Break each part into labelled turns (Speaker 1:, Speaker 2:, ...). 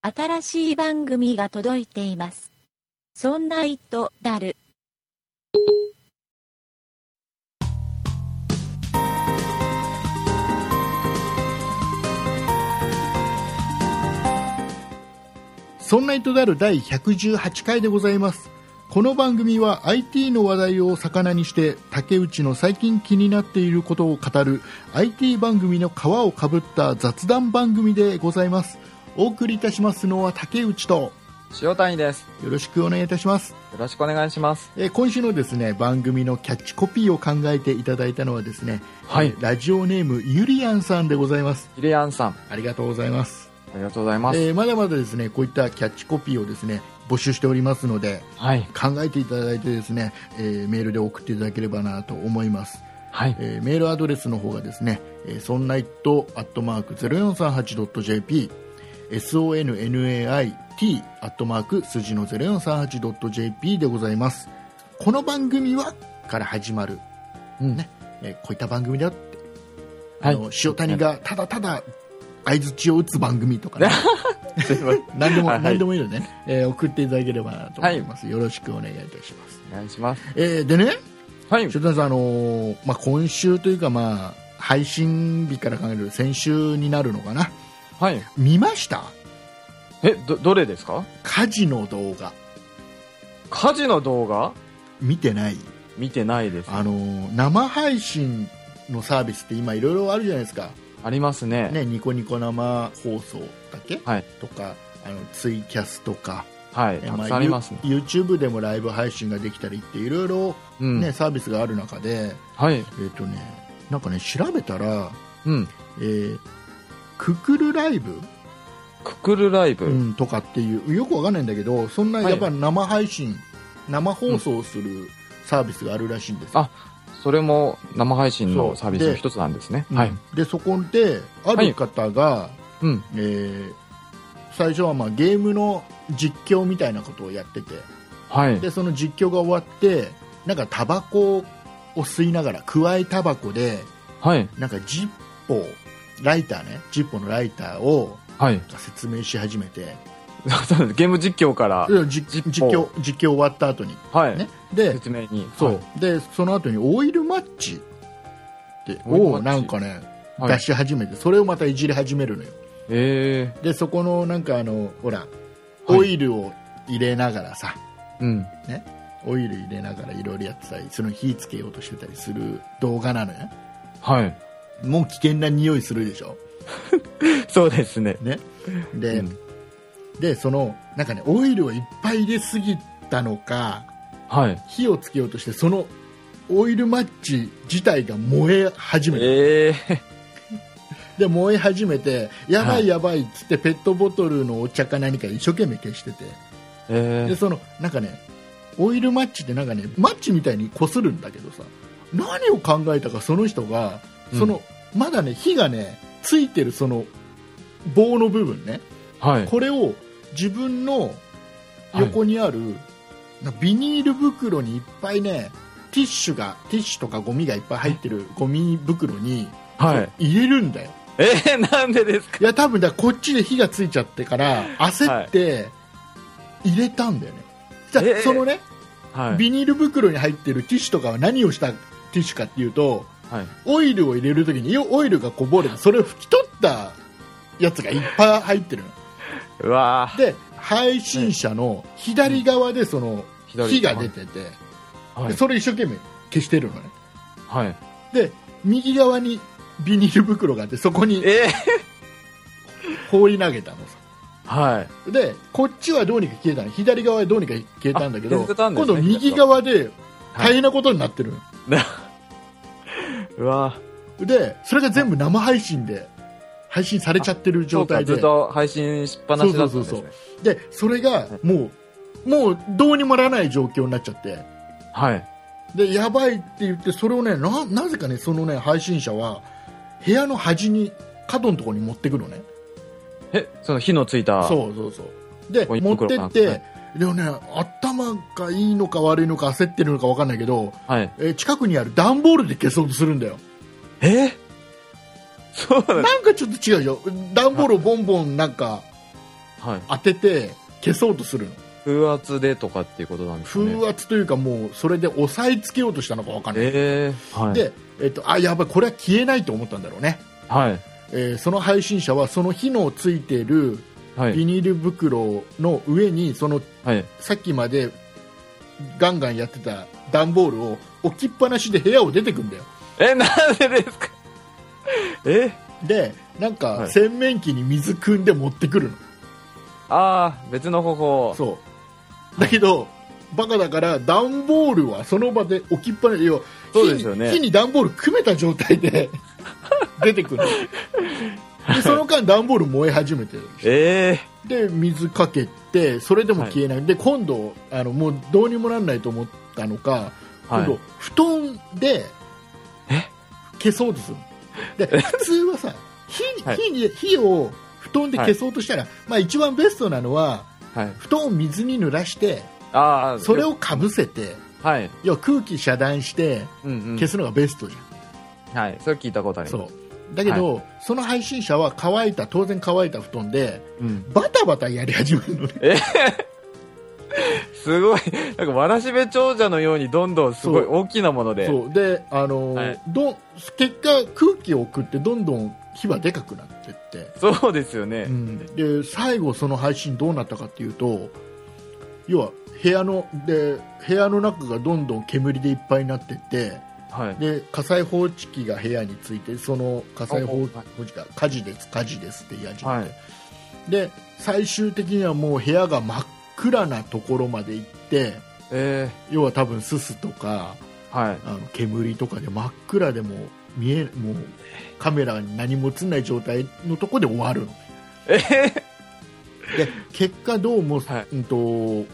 Speaker 1: 新しい番組が届いています。そんな糸だる。
Speaker 2: そんな糸である第118回でございます。この番組は IT の話題を魚にして竹内の最近気になっていることを語る IT 番組の皮をかぶった雑談番組でございます。お送りいたしますのは竹内と
Speaker 3: 塩谷です。
Speaker 2: よろしくお願いいたします。
Speaker 3: よろしくお願いします。
Speaker 2: えー今週のですね番組のキャッチコピーを考えていただいたのはですね、
Speaker 3: はい
Speaker 2: えーラジオネームゆりやんさんでございます。
Speaker 3: ゆりやんさん、あ
Speaker 2: ありがとうございます。
Speaker 3: りがとうございます。
Speaker 2: えーまだまだですねこういったキャッチコピーをですね募集しておりますので
Speaker 3: はい。
Speaker 2: 考えていただいてですね、えーメールで送っていただければなと思います、
Speaker 3: はい。
Speaker 2: えーメールアドレスの方がですね、えー、そんないっとアットマーク 0438.jp sonnait アットマーク筋の 0438.jp でございますこの番組はから始まる、
Speaker 3: うん
Speaker 2: ねえーこういった番組だって、
Speaker 3: はい
Speaker 2: あの塩谷がただただ相づちを打つ番組とか ね
Speaker 3: すいません
Speaker 2: 何でも、
Speaker 3: はいはい
Speaker 2: 何でもいいのでね、えー送っていただければなと思います、よろしくお願いいたします、
Speaker 3: お願いします。
Speaker 2: えーでね
Speaker 3: はい。
Speaker 2: 塩谷さん、あのーまあ、今週というか、まあ、配信日から考える先週になるのかな
Speaker 3: はい。
Speaker 2: 見ました
Speaker 3: え、ど、どれですか
Speaker 2: 火事の動画
Speaker 3: 火事の動画
Speaker 2: 見てない、
Speaker 3: 見てないです。あ
Speaker 2: あのー生配信のサービスって今いろいろあるじゃないですか、
Speaker 3: りますね。
Speaker 2: ね、ニコニコ生放送だっけ、
Speaker 3: はい
Speaker 2: とかあのツイキャスとか、
Speaker 3: はい。
Speaker 2: え
Speaker 3: たく
Speaker 2: あ
Speaker 3: さんありますね。
Speaker 2: ゆ YouTube でもライブ配信ができたりっていろいろ
Speaker 3: うん。
Speaker 2: ね、サービスがある中で、
Speaker 3: はい。
Speaker 2: えっ、とね、なんかね、調べたら、
Speaker 3: うん。
Speaker 2: えーククルライブ、
Speaker 3: ククルライブ。
Speaker 2: うん、とかっていう、よくわかんないんだけど、そんな、
Speaker 3: はい
Speaker 2: やっぱ生配信、生放送するサービスがあるらしいんですよ。
Speaker 3: あそれも生配信
Speaker 2: そう
Speaker 3: のサービスの一つなんですね。
Speaker 2: うん
Speaker 3: はい。
Speaker 2: で、そこで、ある方が、
Speaker 3: うん。
Speaker 2: えー最初はまあゲームの実況みたいなことをやってて、
Speaker 3: はい。
Speaker 2: で、その実況が終わって、なんかタバコを吸いながら、くわえタバコで、
Speaker 3: はい。
Speaker 2: なんかジッポーライターねジッポーのライターを
Speaker 3: はい。
Speaker 2: 説明し始めて
Speaker 3: そうですゲーム実況から、
Speaker 2: うん実
Speaker 3: ジッポー
Speaker 2: 実況実況終わった後に
Speaker 3: はい。
Speaker 2: ねで
Speaker 3: 説明に。
Speaker 2: そう、
Speaker 3: はい。
Speaker 2: でその後にオイルマッチって
Speaker 3: オイルマッ
Speaker 2: を
Speaker 3: チ
Speaker 2: なんかね、
Speaker 3: はい
Speaker 2: 出し始めてそれをまたいじり始めるのよ
Speaker 3: え
Speaker 2: でそこのなんかあのほら
Speaker 3: い
Speaker 2: オイルを入れながらさ、
Speaker 3: ー。うん。
Speaker 2: オイル入れながらいろいろやってたりその火つけようとしてたりする動画なのよ
Speaker 3: はい。
Speaker 2: もう危険な匂いするでしょ
Speaker 3: そうですね。
Speaker 2: ね、で,、
Speaker 3: うん
Speaker 2: でそのなんかねオイルをいっぱい入れすぎたのか
Speaker 3: はい。
Speaker 2: 火をつけようとしてそのオイルマッチ自体が燃え始めて、
Speaker 3: ええ
Speaker 2: で燃え始めてやば
Speaker 3: はい
Speaker 2: いやばいっつってペットボトルのお茶か何か一生懸命消してて
Speaker 3: え
Speaker 2: でそのなんかねオイルマッチってなんかねマッチみたいにこするんだけどさ何を考えたかその人がその、まだね火がねついてるその棒の部分ね、
Speaker 3: ー、はい。
Speaker 2: これを自分の横にある、なビニール袋にいっぱいねティッシュがティッシュとかゴミがいっぱい入ってるゴミ袋に、
Speaker 3: はい。
Speaker 2: 入れるんだよ
Speaker 3: えー、なんでですか
Speaker 2: いや多分だからこっちで火がついちゃってから焦って入れたんだよね、じゃあ
Speaker 3: ええ
Speaker 2: そのね、
Speaker 3: はい。
Speaker 2: ビニール袋に入ってるティッシュとかは何をしたティッシュかっていうと
Speaker 3: はい。
Speaker 2: オイルを入れるときにオイルがこぼれてそれを拭き取ったやつがいっぱい入ってるの
Speaker 3: うわー
Speaker 2: で配信者の左側でその
Speaker 3: 左
Speaker 2: 火が出てて、
Speaker 3: はい
Speaker 2: で。それ一生懸命消してるのね
Speaker 3: はい。
Speaker 2: で右側にビニール袋があってそこに
Speaker 3: え
Speaker 2: 放り投げたのさ
Speaker 3: ー、はい。
Speaker 2: でこっちはどうにか消えたの左側はどうにか消えたんだけど、
Speaker 3: あ消えたんで
Speaker 2: 今
Speaker 3: すね
Speaker 2: 度右側で大変なことになってるの、
Speaker 3: うわー
Speaker 2: でそれが全部生配信で配信されちゃってる
Speaker 3: そ
Speaker 2: 状
Speaker 3: うか
Speaker 2: 態で
Speaker 3: ずっと配信しっぱなしだったんです
Speaker 2: そうそう
Speaker 3: ね
Speaker 2: そ。でそれがもうもうどうにもならない状況になっちゃって
Speaker 3: はい。
Speaker 2: でやばいって言ってそれをねななぜかねそのね配信者は部屋の端に角のところに持ってくのね
Speaker 3: え、その火のついた。
Speaker 2: そうそうそうで
Speaker 3: ここに
Speaker 2: 持って
Speaker 3: 袋が
Speaker 2: っ
Speaker 3: あって
Speaker 2: てでもね頭がいいのか悪いのか焦ってるのか分かんないけど
Speaker 3: はい。
Speaker 2: えー近くにある段ボールで消そうとするんだよ
Speaker 3: えー、そうなんです
Speaker 2: なんかちょっと違うでしょ段ボールをボンボンなんか
Speaker 3: はい。
Speaker 2: 当てて消そうとするの
Speaker 3: 風圧でとかっていうことなんですかね。
Speaker 2: 風圧というかもうそれで押さえつけようとしたのかわかんない、
Speaker 3: ええはい。
Speaker 2: で、えっと、あやばいこれは消えないと思ったんだろうね、
Speaker 3: はい。
Speaker 2: えーその配信者はその火のついてる
Speaker 3: は
Speaker 2: ビ
Speaker 3: い。
Speaker 2: ニール袋の上にその
Speaker 3: はい。
Speaker 2: さっきまでガンガンやってた段ボールを置きっぱなしで部屋を出てくんだよ
Speaker 3: え、なんでですかえ
Speaker 2: でなん
Speaker 3: は
Speaker 2: か
Speaker 3: い
Speaker 2: 洗面器に水汲んで持ってくるの、
Speaker 3: ああ、別の方法。
Speaker 2: そうだけど、バカだから段ボールはその場で置きっぱなし要は
Speaker 3: そうですよね
Speaker 2: 火に火に段ボール組めた状態 で出てくるのでその間段ボール燃え始めてる
Speaker 3: え
Speaker 2: で水かけてそれでも消えない、で今度あのもうどうにもなんないと思ったのか、
Speaker 3: えは
Speaker 2: 今度
Speaker 3: い。
Speaker 2: 布団で消そうとするので普通はさ火に
Speaker 3: はい
Speaker 2: 火に火を布団で消そうとしたら、まあ、一番ベストなのは
Speaker 3: はい。
Speaker 2: 布団を水に濡らして
Speaker 3: ああ、
Speaker 2: それをかぶせて
Speaker 3: はい。
Speaker 2: 要は空気遮断して
Speaker 3: うんうん。
Speaker 2: 消すのがベストじゃん、
Speaker 3: はい。それ聞いたことありま
Speaker 2: そ
Speaker 3: す。
Speaker 2: うだけど、その配信者は乾いた当然乾いた布団で
Speaker 3: うん。
Speaker 2: バタバタやり始めるのね
Speaker 3: すごい。 なんか、わらしべ長者のようにどんどんすごい
Speaker 2: そ
Speaker 3: 大きなもので。
Speaker 2: そうであのー
Speaker 3: はい
Speaker 2: ど結果空気を送ってどんどん火はでかくなってって、
Speaker 3: そうですよね
Speaker 2: う。ん、で最後その配信どうなったかっていうと要は部屋ので部屋の中がどんどん煙でいっぱいになってって
Speaker 3: はい。
Speaker 2: で火災報知器が部屋についてその火災報
Speaker 3: おお
Speaker 2: 報知器が火事です火事ですって言い始めて、
Speaker 3: はい
Speaker 2: で最終的にはもう部屋が真っ暗なところまで行って
Speaker 3: え
Speaker 2: 要は多分すすとか
Speaker 3: えはい。
Speaker 2: あの煙とかで真っ暗でもう見えもうカメラに何も映んない状態のとこで終わるの
Speaker 3: ええ
Speaker 2: で結果どうも、
Speaker 3: はい
Speaker 2: うんと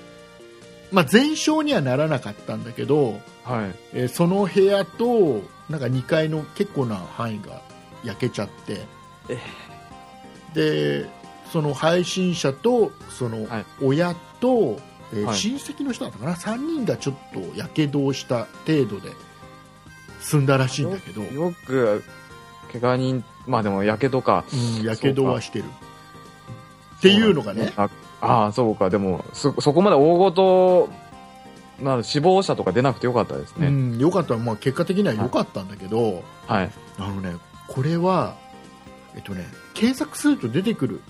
Speaker 2: まあ、全焼にはならなかったんだけど、
Speaker 3: はい。
Speaker 2: えーその部屋となんか2階の結構な範囲が焼けちゃって
Speaker 3: え
Speaker 2: でその配信者とその
Speaker 3: はい
Speaker 2: 親と、えー
Speaker 3: はい
Speaker 2: 親戚の人だったかな3人がちょっとやけどをした程度で済んだらしいんだけど
Speaker 3: よよく、怪我人、まあでも、やけどか。
Speaker 2: やけどはしてるっていうのがね
Speaker 3: あああ、そうか。でも、そ、そこまで大ごと、なる死亡者とか出なくてよかったです
Speaker 2: う
Speaker 3: ね。
Speaker 2: ん、よかった、まあ、結果的には良かったんだけど、
Speaker 3: はい。
Speaker 2: あのねこれは、えっとね、検索すると出てくる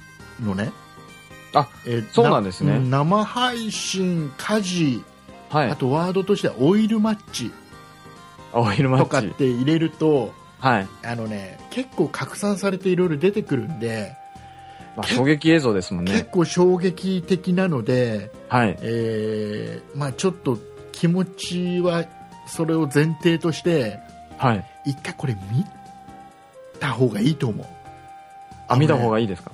Speaker 2: のね。
Speaker 3: あ
Speaker 2: えー
Speaker 3: そうなんですね
Speaker 2: う生配信、家事、
Speaker 3: はい
Speaker 2: あ。とワードとしてはオイルマッチ
Speaker 3: オイルマ
Speaker 2: とかっ
Speaker 3: ッチ。
Speaker 2: て入れると、
Speaker 3: はい。
Speaker 2: あのね、結構拡散されていろいろ出てくるんで、
Speaker 3: まあ、衝撃映像ですもん
Speaker 2: 結
Speaker 3: ね。
Speaker 2: 構衝撃的なので、
Speaker 3: はい。
Speaker 2: えーまあ、ちょっと気持ちはそれを前提として
Speaker 3: はい。
Speaker 2: 一回これ見た方がいいと思う
Speaker 3: あ、見た方
Speaker 2: い
Speaker 3: がいいですか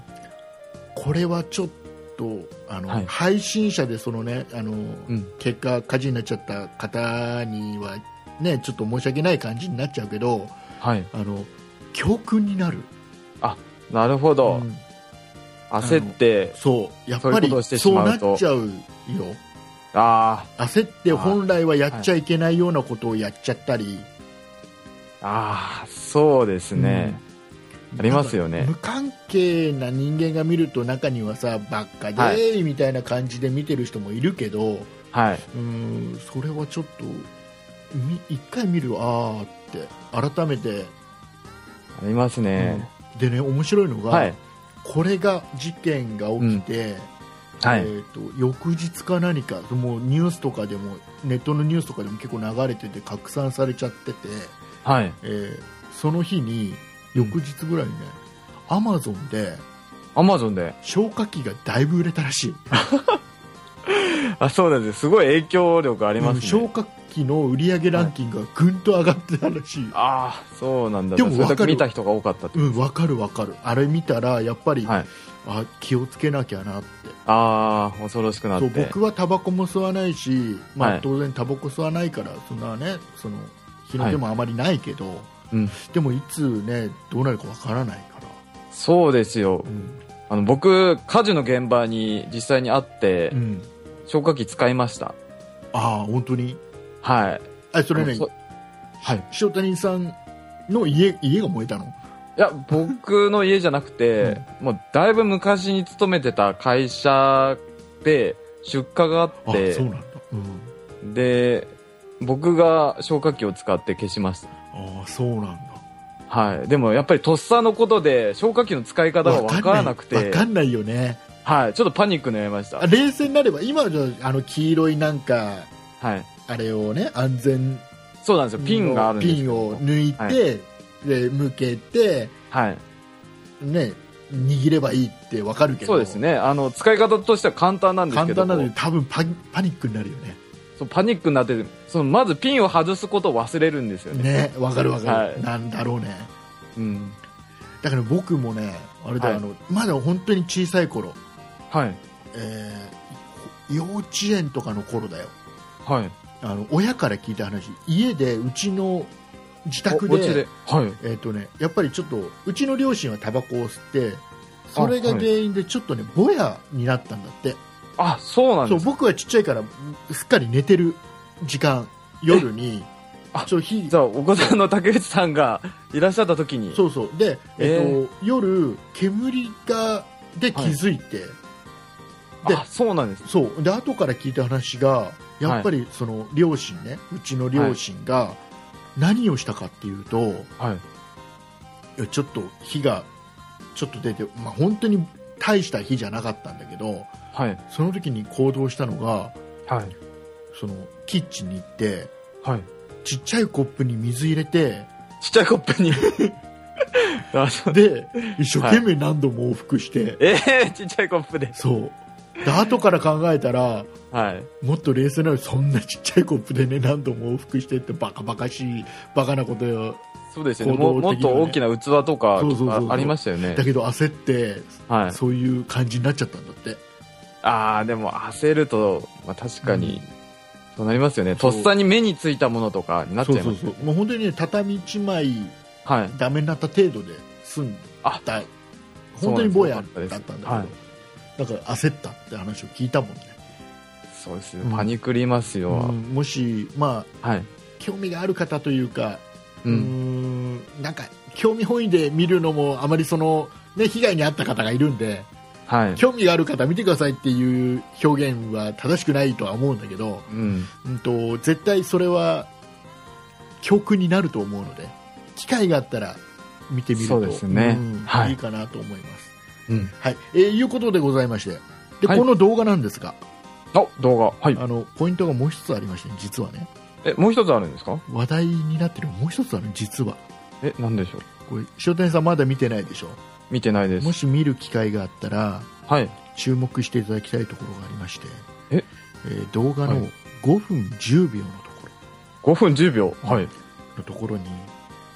Speaker 2: これはちょっとあの、
Speaker 3: はい
Speaker 2: 配信者でその、ねあの
Speaker 3: うん。
Speaker 2: 結果火事になっちゃった方には、ね、ちょっと申し訳ない感じになっちゃうけど
Speaker 3: はい。
Speaker 2: あの教訓になる
Speaker 3: なるほど。
Speaker 2: うん
Speaker 3: 焦って、
Speaker 2: そうやっぱ
Speaker 3: そういうこ
Speaker 2: り
Speaker 3: と
Speaker 2: そ
Speaker 3: を
Speaker 2: う
Speaker 3: してしま
Speaker 2: な
Speaker 3: う
Speaker 2: っ
Speaker 3: と
Speaker 2: ちゃうよ
Speaker 3: あ
Speaker 2: 焦って
Speaker 3: はい
Speaker 2: 本来はやっちゃいけないようなことをやっちゃったり、
Speaker 3: あ、ああ、そうですね。ありますよね
Speaker 2: なんか無関係な人間が見ると中にはさばっかで
Speaker 3: は
Speaker 2: ーみたいな感じで見てる人もいるけど、
Speaker 3: はい。
Speaker 2: うーんそれはちょっとみ一回見るああって改めて、
Speaker 3: ありますね。
Speaker 2: でね面白いのが、
Speaker 3: はい。
Speaker 2: これが事件が起きて、
Speaker 3: は
Speaker 2: え
Speaker 3: い。
Speaker 2: ー、と翌日か何かもうニュースとかでもネットのニュースとかでも結構流れてて拡散されちゃってて、
Speaker 3: はい。
Speaker 2: えーその日に翌日ぐらいにね、アマゾンで
Speaker 3: アマゾンで。
Speaker 2: 消火器がだいぶ売れたらしい、
Speaker 3: あ、そうなんです。すごい影響力ありま
Speaker 2: うん
Speaker 3: すね。
Speaker 2: 消火器の売り上げランキングがぐんと上がってたらしい、
Speaker 3: ああ、そうなんだ。
Speaker 2: でも
Speaker 3: それだ
Speaker 2: わか
Speaker 3: け
Speaker 2: る
Speaker 3: 見た人が多かったって。
Speaker 2: うん、わかるわかるあれ見たらやっぱり、
Speaker 3: はい。
Speaker 2: あ気をつけなきゃなって
Speaker 3: ああ、恐ろしくなっ
Speaker 2: そう
Speaker 3: て。
Speaker 2: 僕はタバコも吸わないし、まあ
Speaker 3: はい
Speaker 2: 当然タバコ吸わないからそんなねその日の出もあまりないけど、
Speaker 3: うん
Speaker 2: でもいつねどうなるかわからないから、
Speaker 3: そうですよ
Speaker 2: う。ん
Speaker 3: あの、僕、火事の現場に実際に会って、
Speaker 2: うん
Speaker 3: 消火器使いました。
Speaker 2: ああ本当に
Speaker 3: はい。
Speaker 2: あそれね
Speaker 3: そはい。
Speaker 2: 塩谷さんの家家が燃えたの
Speaker 3: いや、僕の家じゃなくて、もうだいぶ昔に勤めてた会社で出荷があ
Speaker 2: あ
Speaker 3: っ
Speaker 2: そう
Speaker 3: て、
Speaker 2: なんだ、うん、
Speaker 3: で、僕が消火器を使って消しました。
Speaker 2: ああそうなんだ
Speaker 3: はい。でもやっぱりとっさのことで消火器の使い方がわからなく
Speaker 2: わ
Speaker 3: て、
Speaker 2: かんないよね
Speaker 3: はい。ちょっとパニックになりました
Speaker 2: あ。冷静になれば今じゃあの黄色いなんか
Speaker 3: はい。
Speaker 2: あれをね安全
Speaker 3: そうなんですよ。ピンがあるんです
Speaker 2: ピ
Speaker 3: け
Speaker 2: ン
Speaker 3: ど
Speaker 2: を抜いて、
Speaker 3: は
Speaker 2: で向けて
Speaker 3: はい。
Speaker 2: ね握ればいいってわかるけど
Speaker 3: そうですね。あの、使い方としては簡単なんですけ
Speaker 2: 簡
Speaker 3: ど。
Speaker 2: 単なのに多分パパニックになるよね
Speaker 3: そうパニックになっててそのまずピンを外すことを忘れるんですよね
Speaker 2: ねわかるわかる、
Speaker 3: はい
Speaker 2: なんだろうね
Speaker 3: うん
Speaker 2: だから僕もねあれだ、
Speaker 3: はい
Speaker 2: あのまだ本当に小さい頃、
Speaker 3: はい
Speaker 2: えー幼稚園とかの頃だよ
Speaker 3: はい
Speaker 2: あの親から聞いた話家でうちの自宅
Speaker 3: おお家
Speaker 2: で
Speaker 3: ではい
Speaker 2: えーとね、やっぱりちょっとうちの両親はタバコを吸ってそれが原因でちょっとね、ぼやになったんだって
Speaker 3: あそうなん
Speaker 2: そ
Speaker 3: で
Speaker 2: う
Speaker 3: す
Speaker 2: 僕はちっちゃいからすっかり寝てる時間夜に
Speaker 3: あ
Speaker 2: そう火
Speaker 3: じゃあお子さんの竹内さんがいらっしゃった時に
Speaker 2: そうそうで、えーと夜煙がで気づいて、で
Speaker 3: あそうなんです
Speaker 2: そうで後から聞いた話がやっぱりその両親ね、うちの両親が何をしたかっていうと、
Speaker 3: はい
Speaker 2: いやちょっと火がちょっと出て、まあ、本当に大した火じゃなかったんだけど
Speaker 3: はい
Speaker 2: その時に行動したのが
Speaker 3: はい
Speaker 2: そのキッチンに行って
Speaker 3: はい
Speaker 2: ちっちゃいコップに水入れて
Speaker 3: ちっちゃいコップに あそう
Speaker 2: で一生懸命何度も往復して、
Speaker 3: えー、ちっちゃいコップで
Speaker 2: そうで後から考えたら
Speaker 3: はい
Speaker 2: もっと冷静なのにそんなちっちゃいコップでね何度も往復してってバカバカしいバカなことよ
Speaker 3: そうですよね
Speaker 2: 行動
Speaker 3: ももっ
Speaker 2: 的に
Speaker 3: と
Speaker 2: はね
Speaker 3: 大きな器とか
Speaker 2: そうそうそうそう
Speaker 3: あありましたよね
Speaker 2: だけど焦って
Speaker 3: はい
Speaker 2: そういう感じになっちゃったんだって
Speaker 3: ああでも焦ると、まあ、確かに、
Speaker 2: うん
Speaker 3: そうなりますよねと
Speaker 2: そう
Speaker 3: っさに目についたものとかになっちゃ
Speaker 2: そ
Speaker 3: いうます
Speaker 2: そうそうもう本当にね畳一枚
Speaker 3: はい
Speaker 2: ダメになった程度で済ん
Speaker 3: あ
Speaker 2: だ
Speaker 3: そ
Speaker 2: 本
Speaker 3: う
Speaker 2: 当
Speaker 3: なん
Speaker 2: に
Speaker 3: です
Speaker 2: ぼやだ
Speaker 3: よ
Speaker 2: ったんだけど、
Speaker 3: はい
Speaker 2: だから焦ったって話を聞いたもんね、
Speaker 3: そうです
Speaker 2: う
Speaker 3: よ
Speaker 2: ん
Speaker 3: パニクりますよ、
Speaker 2: うんもし、まあ、
Speaker 3: はい、
Speaker 2: 興味がある方というか、
Speaker 3: う、
Speaker 2: うんーんなんか興味本位で見るのもあまりその、ね、被害に遭った方がいるんで
Speaker 3: はい、
Speaker 2: 興味がある方見てくださいっていう表現は正しくないとは思うんだけど、
Speaker 3: うん、
Speaker 2: うん、と絶対それは教訓になると思うので機会があったら見てみると
Speaker 3: そうですね
Speaker 2: ん、
Speaker 3: はいい
Speaker 2: いかなと思います。
Speaker 3: うん、
Speaker 2: はい、えーいうことでございまして、で、
Speaker 3: はい
Speaker 2: この動画なんですが、
Speaker 3: あ動画はい
Speaker 2: あのポイントがもう一つありまして、実はね、
Speaker 3: えもう一つあるんですか
Speaker 2: 話題になってるのもう一つある、実は。
Speaker 3: えなんでしょう
Speaker 2: これ、塩谷さんまだ見てないでしょ。
Speaker 3: 見てないです
Speaker 2: もし見る機会があったら、
Speaker 3: はい
Speaker 2: 注目していただきたいところがありまして、
Speaker 3: え
Speaker 2: ー動画の
Speaker 3: は
Speaker 2: 5分10秒のところ、
Speaker 3: 5分10秒はい
Speaker 2: のところに、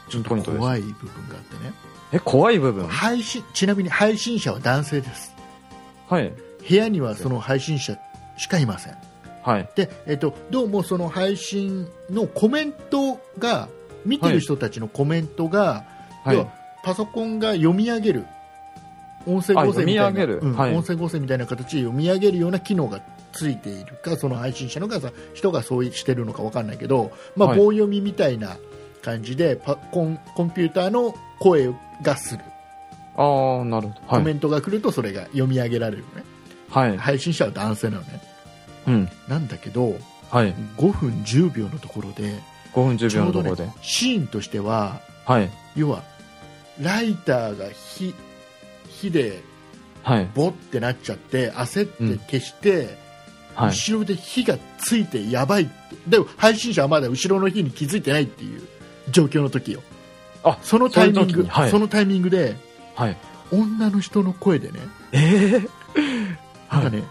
Speaker 2: ちょっ
Speaker 3: ポイン
Speaker 2: と
Speaker 3: トです
Speaker 2: 怖い部分があってね、
Speaker 3: え怖い部分
Speaker 2: 配信、ちなみに配信者は男性です。
Speaker 3: はい
Speaker 2: 部屋にはその配信者しかいません。
Speaker 3: はい
Speaker 2: で、えっと、どうもその配信のコメントが見てる人たちのコメントが、
Speaker 3: はい
Speaker 2: 要はパソコンが読み上げる音声
Speaker 3: あ
Speaker 2: 合成みたい
Speaker 3: 読み上げ
Speaker 2: な、
Speaker 3: る
Speaker 2: うん
Speaker 3: はい
Speaker 2: 音声合成みたいな形で読み上げるような機能がついているかその配信者のがさ人がそうしてるのかわかんないけど、まあ、
Speaker 3: はい
Speaker 2: 棒読みみたいな感じでパコンコンピューターの声がする、
Speaker 3: ああなるほ
Speaker 2: コ
Speaker 3: どは
Speaker 2: メ
Speaker 3: い
Speaker 2: ントが来るとそれが読み上げられるのね
Speaker 3: はい
Speaker 2: 配信者は男性なのね
Speaker 3: うん
Speaker 2: なんだけど
Speaker 3: はい
Speaker 2: 5分10秒のところで
Speaker 3: 5分10
Speaker 2: ち
Speaker 3: 秒
Speaker 2: ょ
Speaker 3: の
Speaker 2: う
Speaker 3: と
Speaker 2: ど、
Speaker 3: ころで、
Speaker 2: ね、シーンとしては
Speaker 3: はい
Speaker 2: 要はライターが火火で
Speaker 3: はい
Speaker 2: ボってなっちゃって焦って消して、
Speaker 3: はい
Speaker 2: 後ろで火がついてやばいってでも配信者はまだ後ろの火に気づいてないっていう状況の時よ
Speaker 3: あ
Speaker 2: そのタイミング
Speaker 3: そういう時にはい
Speaker 2: そのタイミングで
Speaker 3: はい
Speaker 2: 女の人の声でね
Speaker 3: えー、
Speaker 2: なん
Speaker 3: は
Speaker 2: か
Speaker 3: い
Speaker 2: ね、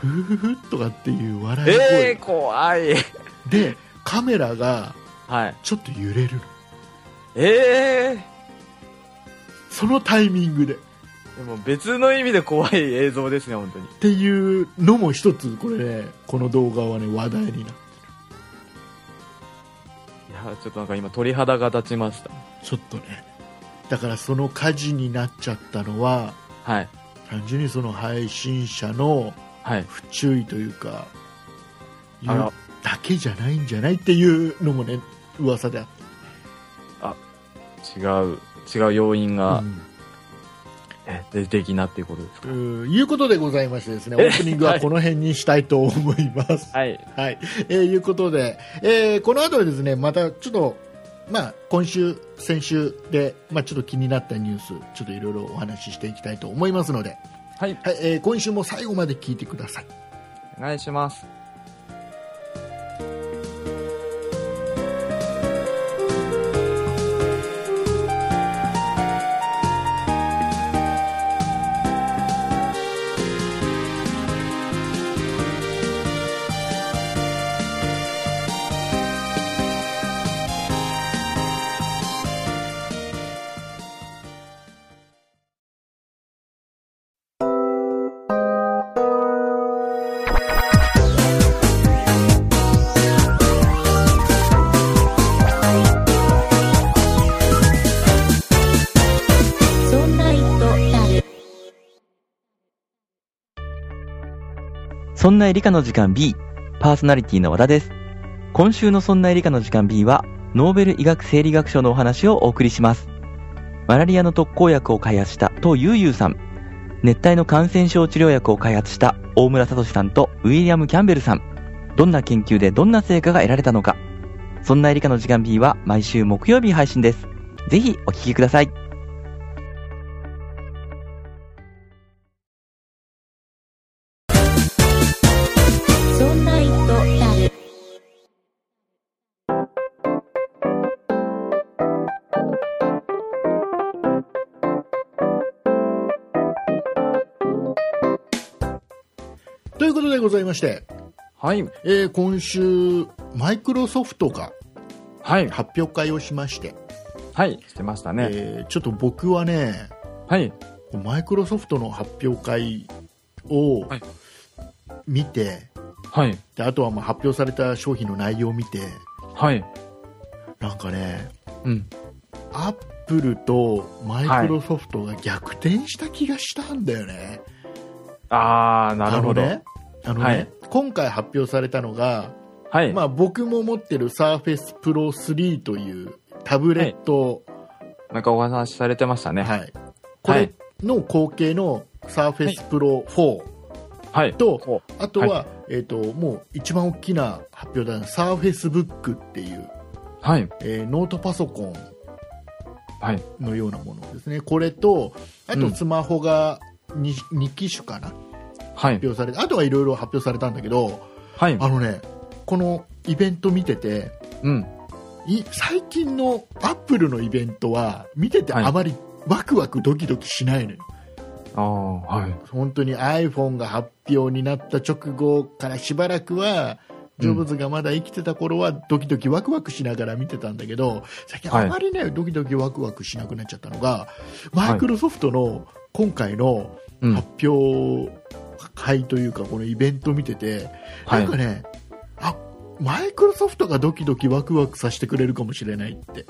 Speaker 2: ふふふとかっていう笑い
Speaker 3: え
Speaker 2: 声
Speaker 3: ー、、怖い
Speaker 2: でカメラが
Speaker 3: はい
Speaker 2: ちょっと揺れるの
Speaker 3: ええ
Speaker 2: そのタイミングで
Speaker 3: ー、でも別の意味で怖い映像ですね本当に
Speaker 2: っていうのも一つこれねこの動画はね話題になる
Speaker 3: いやちょっとなんか今鳥肌が立ちました
Speaker 2: ちょっとねだからその火事になっちゃったのは
Speaker 3: はい
Speaker 2: 単純にその配信者の
Speaker 3: はい
Speaker 2: 不注意というかいう
Speaker 3: あら
Speaker 2: だけじゃないんじゃないっていうのもね噂であっ
Speaker 3: 違う違う要因が
Speaker 2: うん
Speaker 3: え出てきなっていうことです
Speaker 2: とい
Speaker 3: か、
Speaker 2: うことでございましてですね、オープニングはこの辺にしたいと思います。
Speaker 3: はい
Speaker 2: はい。えーいうことで、えーこの後はですね、またちょっと、まあ、今週、先週で、まあ、ちょっと気になったニュース、ちょっといろいろお話ししていきたいと思いますので、
Speaker 3: はい
Speaker 2: はい、えー今週も最後まで聞いてください。
Speaker 3: お願いします
Speaker 1: そんな糸だる、
Speaker 4: そんな理科の時間 B、パーソナリティの和田です。今週のそんな理科の時間 B は、ノーベル医学生理学賞のお話をお送りします。マラリアの特効薬を開発したとゆうゆうさん、熱帯の感染症治療薬を開発した大村聡さんとウィリアム・キャンベルさん、どんな研究でどんな成果が得られたのか。そんな理科の時間 B は毎週木曜日配信です。ぜひお聞きください。
Speaker 1: そんな糸だる、
Speaker 2: ということでございまして、
Speaker 3: はい
Speaker 2: えー今週、マイクロソフトが
Speaker 3: はい
Speaker 2: 発表会をしまして、
Speaker 3: はいしてましたね、
Speaker 2: えーちょっと僕はね、
Speaker 3: はい
Speaker 2: マイクロソフトの発表会を
Speaker 3: はい
Speaker 2: 見て、
Speaker 3: はい
Speaker 2: であとはまあ発表された商品の内容を見て、
Speaker 3: はい
Speaker 2: なんかね、
Speaker 3: うん
Speaker 2: アップルとマイクロソフトが逆転した気がしたんだよね。
Speaker 3: ああなるほど、
Speaker 2: あのねあのね
Speaker 3: はい
Speaker 2: 今回発表されたのが、
Speaker 3: はい、
Speaker 2: まあ、僕も持ってる Surface Pro 3というタブレット、
Speaker 3: なんかお話しされてましたね
Speaker 2: はい
Speaker 3: はい、
Speaker 2: こ
Speaker 3: は
Speaker 2: れ
Speaker 3: い
Speaker 2: の後継の Surface Pro 4、と
Speaker 3: こう
Speaker 2: あとは、えー、ともう一番大きな発表だな SurfaceBook っていう、
Speaker 3: はい
Speaker 2: えーノートパソコン
Speaker 3: はい
Speaker 2: のようなものですね、これと、あ
Speaker 3: う
Speaker 2: と
Speaker 3: ん
Speaker 2: スマホが 2, 二機種かな、
Speaker 3: はい
Speaker 2: 発表されて、あとはいろいろ発表されたんだけど、
Speaker 3: はい
Speaker 2: あのね、このイベント見てて、
Speaker 3: うん
Speaker 2: い最近のアップルのイベントは、見てて
Speaker 3: はい
Speaker 2: あまりワクワクドキドキしないのよ。
Speaker 3: ああはい
Speaker 2: 本当に iPhone が発表になった直後からしばらくは、ジョブズがまだ生きてた頃はドキドキワクワクしながら見てたんだけど最近
Speaker 3: はい
Speaker 2: あまりね、ドキドキワクワクしなくなっちゃったのが
Speaker 3: い
Speaker 2: マイクロソフトの今回の
Speaker 3: うん
Speaker 2: 発表会というかこのイベント見てて、
Speaker 3: はい
Speaker 2: なんかねあマイクロソフトがドキドキワクワクさせてくれるかもしれないって、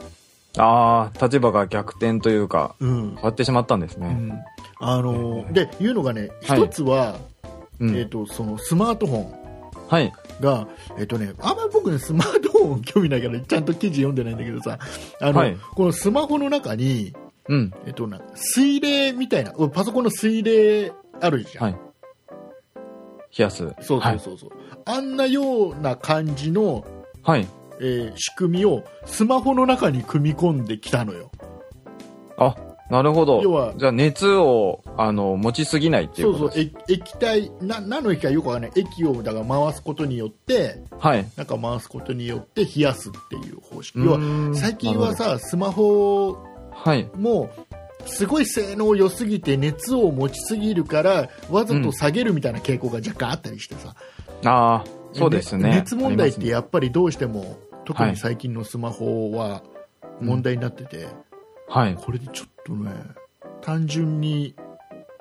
Speaker 3: ああ立場が逆転というか
Speaker 2: うん
Speaker 3: 変わってしまったんです
Speaker 2: う
Speaker 3: ね、
Speaker 2: んあの
Speaker 3: うん
Speaker 2: でいうのがね
Speaker 3: はい
Speaker 2: 一つは、
Speaker 3: うん
Speaker 2: えー、とそのスマートフォン
Speaker 3: はい
Speaker 2: が、えっとね、あんまり僕ね、スマートフォン興味ないから、ちゃんと記事読んでないんだけどさ、あの、
Speaker 3: はい
Speaker 2: このスマホの中に、
Speaker 3: うん
Speaker 2: えっとな、水冷みたいな、パソコンの水冷あるじゃん。
Speaker 3: はい冷やす
Speaker 2: そうそうそうそう、あんなような感じの、
Speaker 3: はい、はい、
Speaker 2: えー仕組みをスマホの中に組み込んできたのよ。
Speaker 3: あなるほど
Speaker 2: 要は
Speaker 3: じゃあ熱をあの持ちすぎないってい
Speaker 2: そうう
Speaker 3: こと
Speaker 2: そう
Speaker 3: で、す
Speaker 2: え液体、な、何の液かよくわかんない。液をだから回すことによって、
Speaker 3: はい
Speaker 2: なんか回すことによって冷やすっていう方式。
Speaker 3: う
Speaker 2: 要は、
Speaker 3: ーん
Speaker 2: 最近はさ、スマホ
Speaker 3: はい
Speaker 2: もうすごい性能良すぎて熱を持ちすぎるからわざと下げるみたいな傾向が若干あったりしてさ、
Speaker 3: ああそうです
Speaker 2: ね
Speaker 3: ね
Speaker 2: 熱問題っ
Speaker 3: あ
Speaker 2: て
Speaker 3: りますね
Speaker 2: やっぱりどうしても、特
Speaker 3: は
Speaker 2: に
Speaker 3: い
Speaker 2: 最近のスマホは問題になってて、
Speaker 3: はい
Speaker 2: これでちょっとね単純に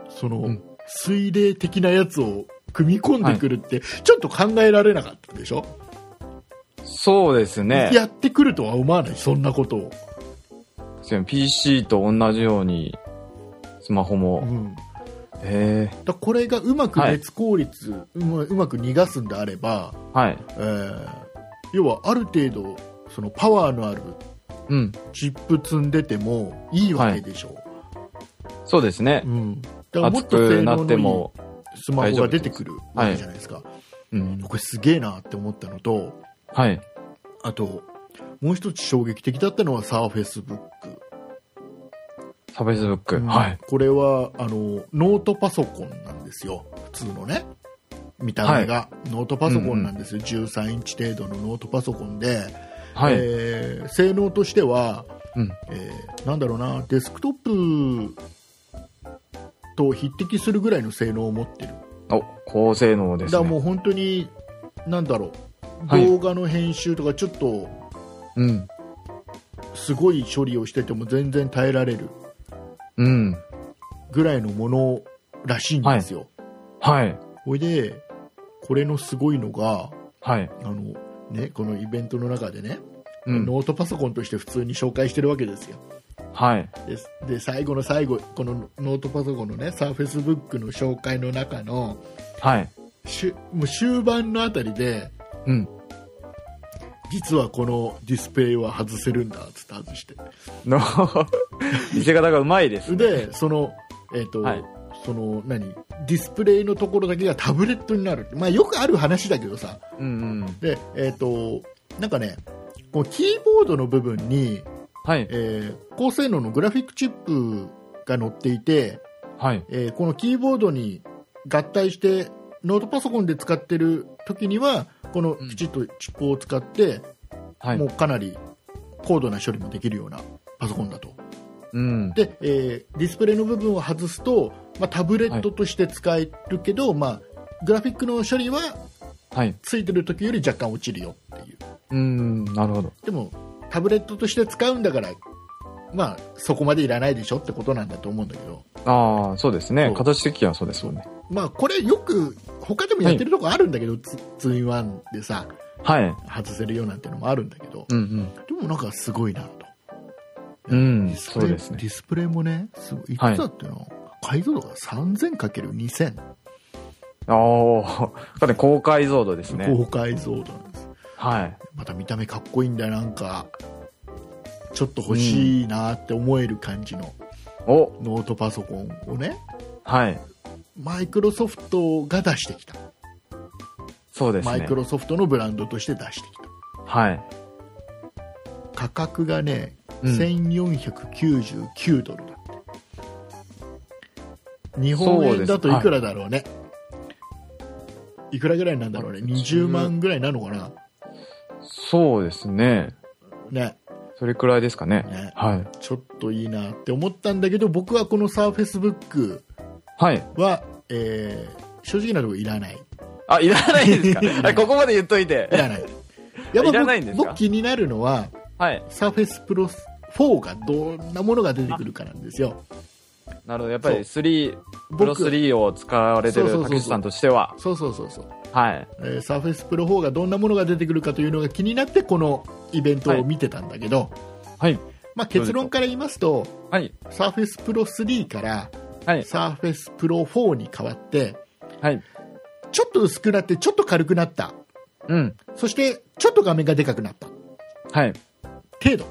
Speaker 2: その、
Speaker 3: うん
Speaker 2: 水冷的なやつを組み込んでくるって、ちょっと考えられなかったでしょ、
Speaker 3: そうですね
Speaker 2: やってくるとは思わないそんなことを、
Speaker 3: 確かに PC と同じようにスマホも、
Speaker 2: うん、だか
Speaker 3: へえ
Speaker 2: らこれがうまく
Speaker 3: はい
Speaker 2: 熱効率、うまうまく逃がすんであれば、
Speaker 3: はい
Speaker 2: えー要はある程度そのパワーのある
Speaker 3: うん。
Speaker 2: チップ積んでてもいいわけでしょう、
Speaker 3: そうですね。
Speaker 2: うん、だからもっ
Speaker 3: 熱
Speaker 2: と性
Speaker 3: くな
Speaker 2: 能
Speaker 3: って
Speaker 2: のいい
Speaker 3: も、
Speaker 2: スマホが出てくる
Speaker 3: 大丈夫です
Speaker 2: わけじゃないですか、
Speaker 3: うん。
Speaker 2: これすげえなって思ったのと
Speaker 3: はい。
Speaker 2: あともう一つ衝撃的だったのはサーフェイスブック、
Speaker 3: サブフェイスブック。
Speaker 2: うん
Speaker 3: はい。
Speaker 2: これはあのノートパソコンなんですよ普通のね見た目が、ノートパソコンなんですよ、13インチ程度のノートパソコンで、
Speaker 3: はい。
Speaker 2: えー性能としては、
Speaker 3: うん
Speaker 2: えーなんだろうなデスクトップと匹敵するぐらいの性能を持ってる、
Speaker 3: お、高性能で
Speaker 2: だ
Speaker 3: す
Speaker 2: か
Speaker 3: ね。
Speaker 2: らもう本当になんだろう、
Speaker 3: はい
Speaker 2: 動画の編集とかちょっと
Speaker 3: うん。
Speaker 2: すごい処理をしてても全然耐えられる
Speaker 3: うん。
Speaker 2: ぐらいのものらしいんですよ、
Speaker 3: はい。
Speaker 2: ほいでこれのすごいのが
Speaker 3: はい。
Speaker 2: あの、ね、このイベントの中でね、
Speaker 3: うん。
Speaker 2: ノートパソコンとして普通に紹介してるわけですよ
Speaker 3: はい。
Speaker 2: ですで最後の最後このノートパソコンのねサーフェイスブックの紹介の中の
Speaker 3: はい。
Speaker 2: しゅもう終盤のあたりで
Speaker 3: うん。
Speaker 2: 実はこのディスプレイは外せるんだっつって外して
Speaker 3: の、見せ方がうまいですね。
Speaker 2: でそのえっ、と、
Speaker 3: はい
Speaker 2: その何ディスプレイのところだけがタブレットになる、まあ、よくある話だけどさ
Speaker 3: うんうん。
Speaker 2: でえっ、となんかねこうキーボードの部分に、
Speaker 3: はい。
Speaker 2: えー高性能のグラフィックチップが載っていて、
Speaker 3: はい。
Speaker 2: えーこのキーボードに合体してノートパソコンで使ってる時にはこのきちっとチップを使って、
Speaker 3: はい
Speaker 2: もう。かなり高度な処理もできるようなパソコンだと
Speaker 3: うん。
Speaker 2: で、えーディスプレイの部分を外すと、まあ、タブレットとして使えるけど、まあ、グラフィックの処理は
Speaker 3: はい。
Speaker 2: ついてる時より若干落ちるよっていう
Speaker 3: うん。なるほど。
Speaker 2: でもタブレットとして使うんだから、まあ、そこまでいらないでしょってことなんだと思うんだけど、
Speaker 3: ああ、そうですね
Speaker 2: そ。う
Speaker 3: 形的にはそうですもんね。
Speaker 2: まあ、これよく他でもやってるとこあるんだけど、ツツインワンでさ
Speaker 3: はい。
Speaker 2: 外せるよなんてのもあるんだけど、
Speaker 3: うん
Speaker 2: でもなんかすごいなと
Speaker 3: うん。う
Speaker 2: ディ
Speaker 3: ん。
Speaker 2: スプ
Speaker 3: そ
Speaker 2: レ
Speaker 3: う
Speaker 2: イ
Speaker 3: ですね
Speaker 2: デ。ィスプレイもねすごいいく
Speaker 3: はい
Speaker 2: つだっての、解像度が 3000×2000、
Speaker 3: ああ、だね、高解像度ですね。
Speaker 2: 高解像度なんです
Speaker 3: はい。
Speaker 2: また見た目かっこいいんだよなんかちょっと欲しいなって思える感じの
Speaker 3: お、
Speaker 2: ノートパソコンをね
Speaker 3: はい。
Speaker 2: マイクロソフトが出してきた、
Speaker 3: そうです
Speaker 2: マイ
Speaker 3: ね
Speaker 2: ク。ロソフトのブランドとして出してきた
Speaker 3: はい。
Speaker 2: 価格がね、
Speaker 3: うん
Speaker 2: 1499ドルだって日本円だといくらだろうね、い、くらぐらいなんだろうね20万ぐらいなのかな
Speaker 3: そうですね。
Speaker 2: ね
Speaker 3: それくらいですか
Speaker 2: ね
Speaker 3: ね。はい。
Speaker 2: ちょっといいなって思ったんだけど僕はこのサーフェイスブック
Speaker 3: はい。
Speaker 2: は、えー正直なところいらない
Speaker 3: あ、いらない ですかはい、ここまで言っとい
Speaker 2: いら
Speaker 3: て。
Speaker 2: ないやっぱ
Speaker 3: いら
Speaker 2: 僕
Speaker 3: ないんですか
Speaker 2: 僕気になるのは
Speaker 3: はい。
Speaker 2: サーフェイスプロ4がどんなものが出てくるかなんですよ
Speaker 3: なるほど。やっぱり
Speaker 2: そう
Speaker 3: 3、プロ
Speaker 2: 僕
Speaker 3: 3を使われて
Speaker 2: そうそうそ
Speaker 3: る
Speaker 2: うそう
Speaker 3: 竹内さんとしては。
Speaker 2: そうそうそうそう
Speaker 3: はい。
Speaker 2: えーサーフェイスプロ4がどんなものが出てくるかというのが気になってこのイベントを見てたんだけど、
Speaker 3: はい。
Speaker 2: まあ、結論から言いますと
Speaker 3: はい。
Speaker 2: サーフェイスプロ3から
Speaker 3: はい。
Speaker 2: サーフェイスプロ4に変わって
Speaker 3: はい。
Speaker 2: ちょっと薄くなってちょっと軽くなった
Speaker 3: うん。
Speaker 2: そしてちょっと画面がでかくなった
Speaker 3: はい。
Speaker 2: 程度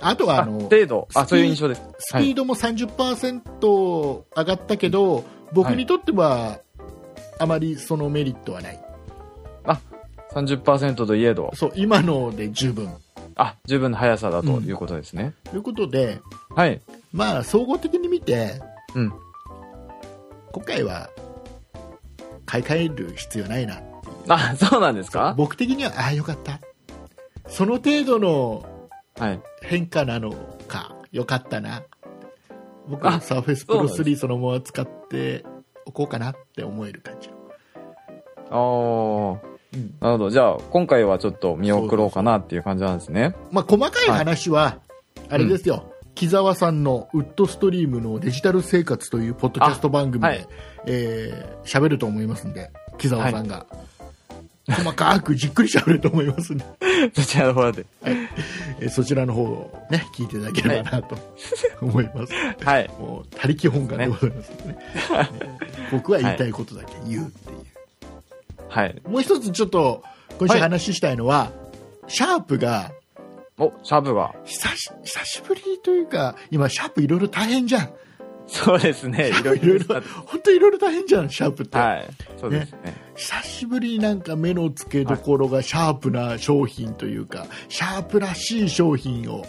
Speaker 2: あとは
Speaker 3: あ
Speaker 2: あの
Speaker 3: 程度。
Speaker 2: スピー
Speaker 3: あ、そういう印象です。
Speaker 2: スピ
Speaker 3: はい
Speaker 2: ードも30%上がったけど、僕にとってはあまりそのメリットはない
Speaker 3: 30%といえど、
Speaker 2: そう今ので十分
Speaker 3: あ、十分の速さだということですね。
Speaker 2: ということで、
Speaker 3: はい。
Speaker 2: まあ、総合的に見て
Speaker 3: うん。
Speaker 2: 今回は買い替える必要ないな
Speaker 3: あ、そうなんですか
Speaker 2: 僕的にはああよかったその程度の
Speaker 3: はい。
Speaker 2: 変化なのかよかったな僕
Speaker 3: あ
Speaker 2: はサーフェイスプロ
Speaker 3: そうなん
Speaker 2: 3そのまま使っておこうかなって思える感じ
Speaker 3: あー。
Speaker 2: うん
Speaker 3: なるほど。じゃあ、今回はちょっと見送ろうかなっていう感じなんですね。
Speaker 2: まあ細かい話はあれですよ、木澤さんのウッドストリームのデジタル生活というポッドキャスト番組で
Speaker 3: あ
Speaker 2: 喋、
Speaker 3: はい
Speaker 2: えー喋ると思いますんで、木澤さんが、細かくじっくり喋ると思いますんで、
Speaker 3: そ ちらの方で。
Speaker 2: えーそちらの方をね、聞いていただければなと思います。
Speaker 3: はい。
Speaker 2: もう、他力本願でございますね。ね僕は言いたいことだけ言うっていう。
Speaker 3: はい。
Speaker 2: もう一つちょっと、今週話したいのは、シャープが、
Speaker 3: お、シャブが。
Speaker 2: 久し久しぶりというか今シャープいろいろ大変じゃん
Speaker 3: そうですね。いろい
Speaker 2: いろい
Speaker 3: ろ
Speaker 2: ろ。本当いろいろ大変じゃんシャープ って、
Speaker 3: はい。そうですね。
Speaker 2: 久しぶりになんか目の付けどころがシャープな商品というか、シャープらしい商品を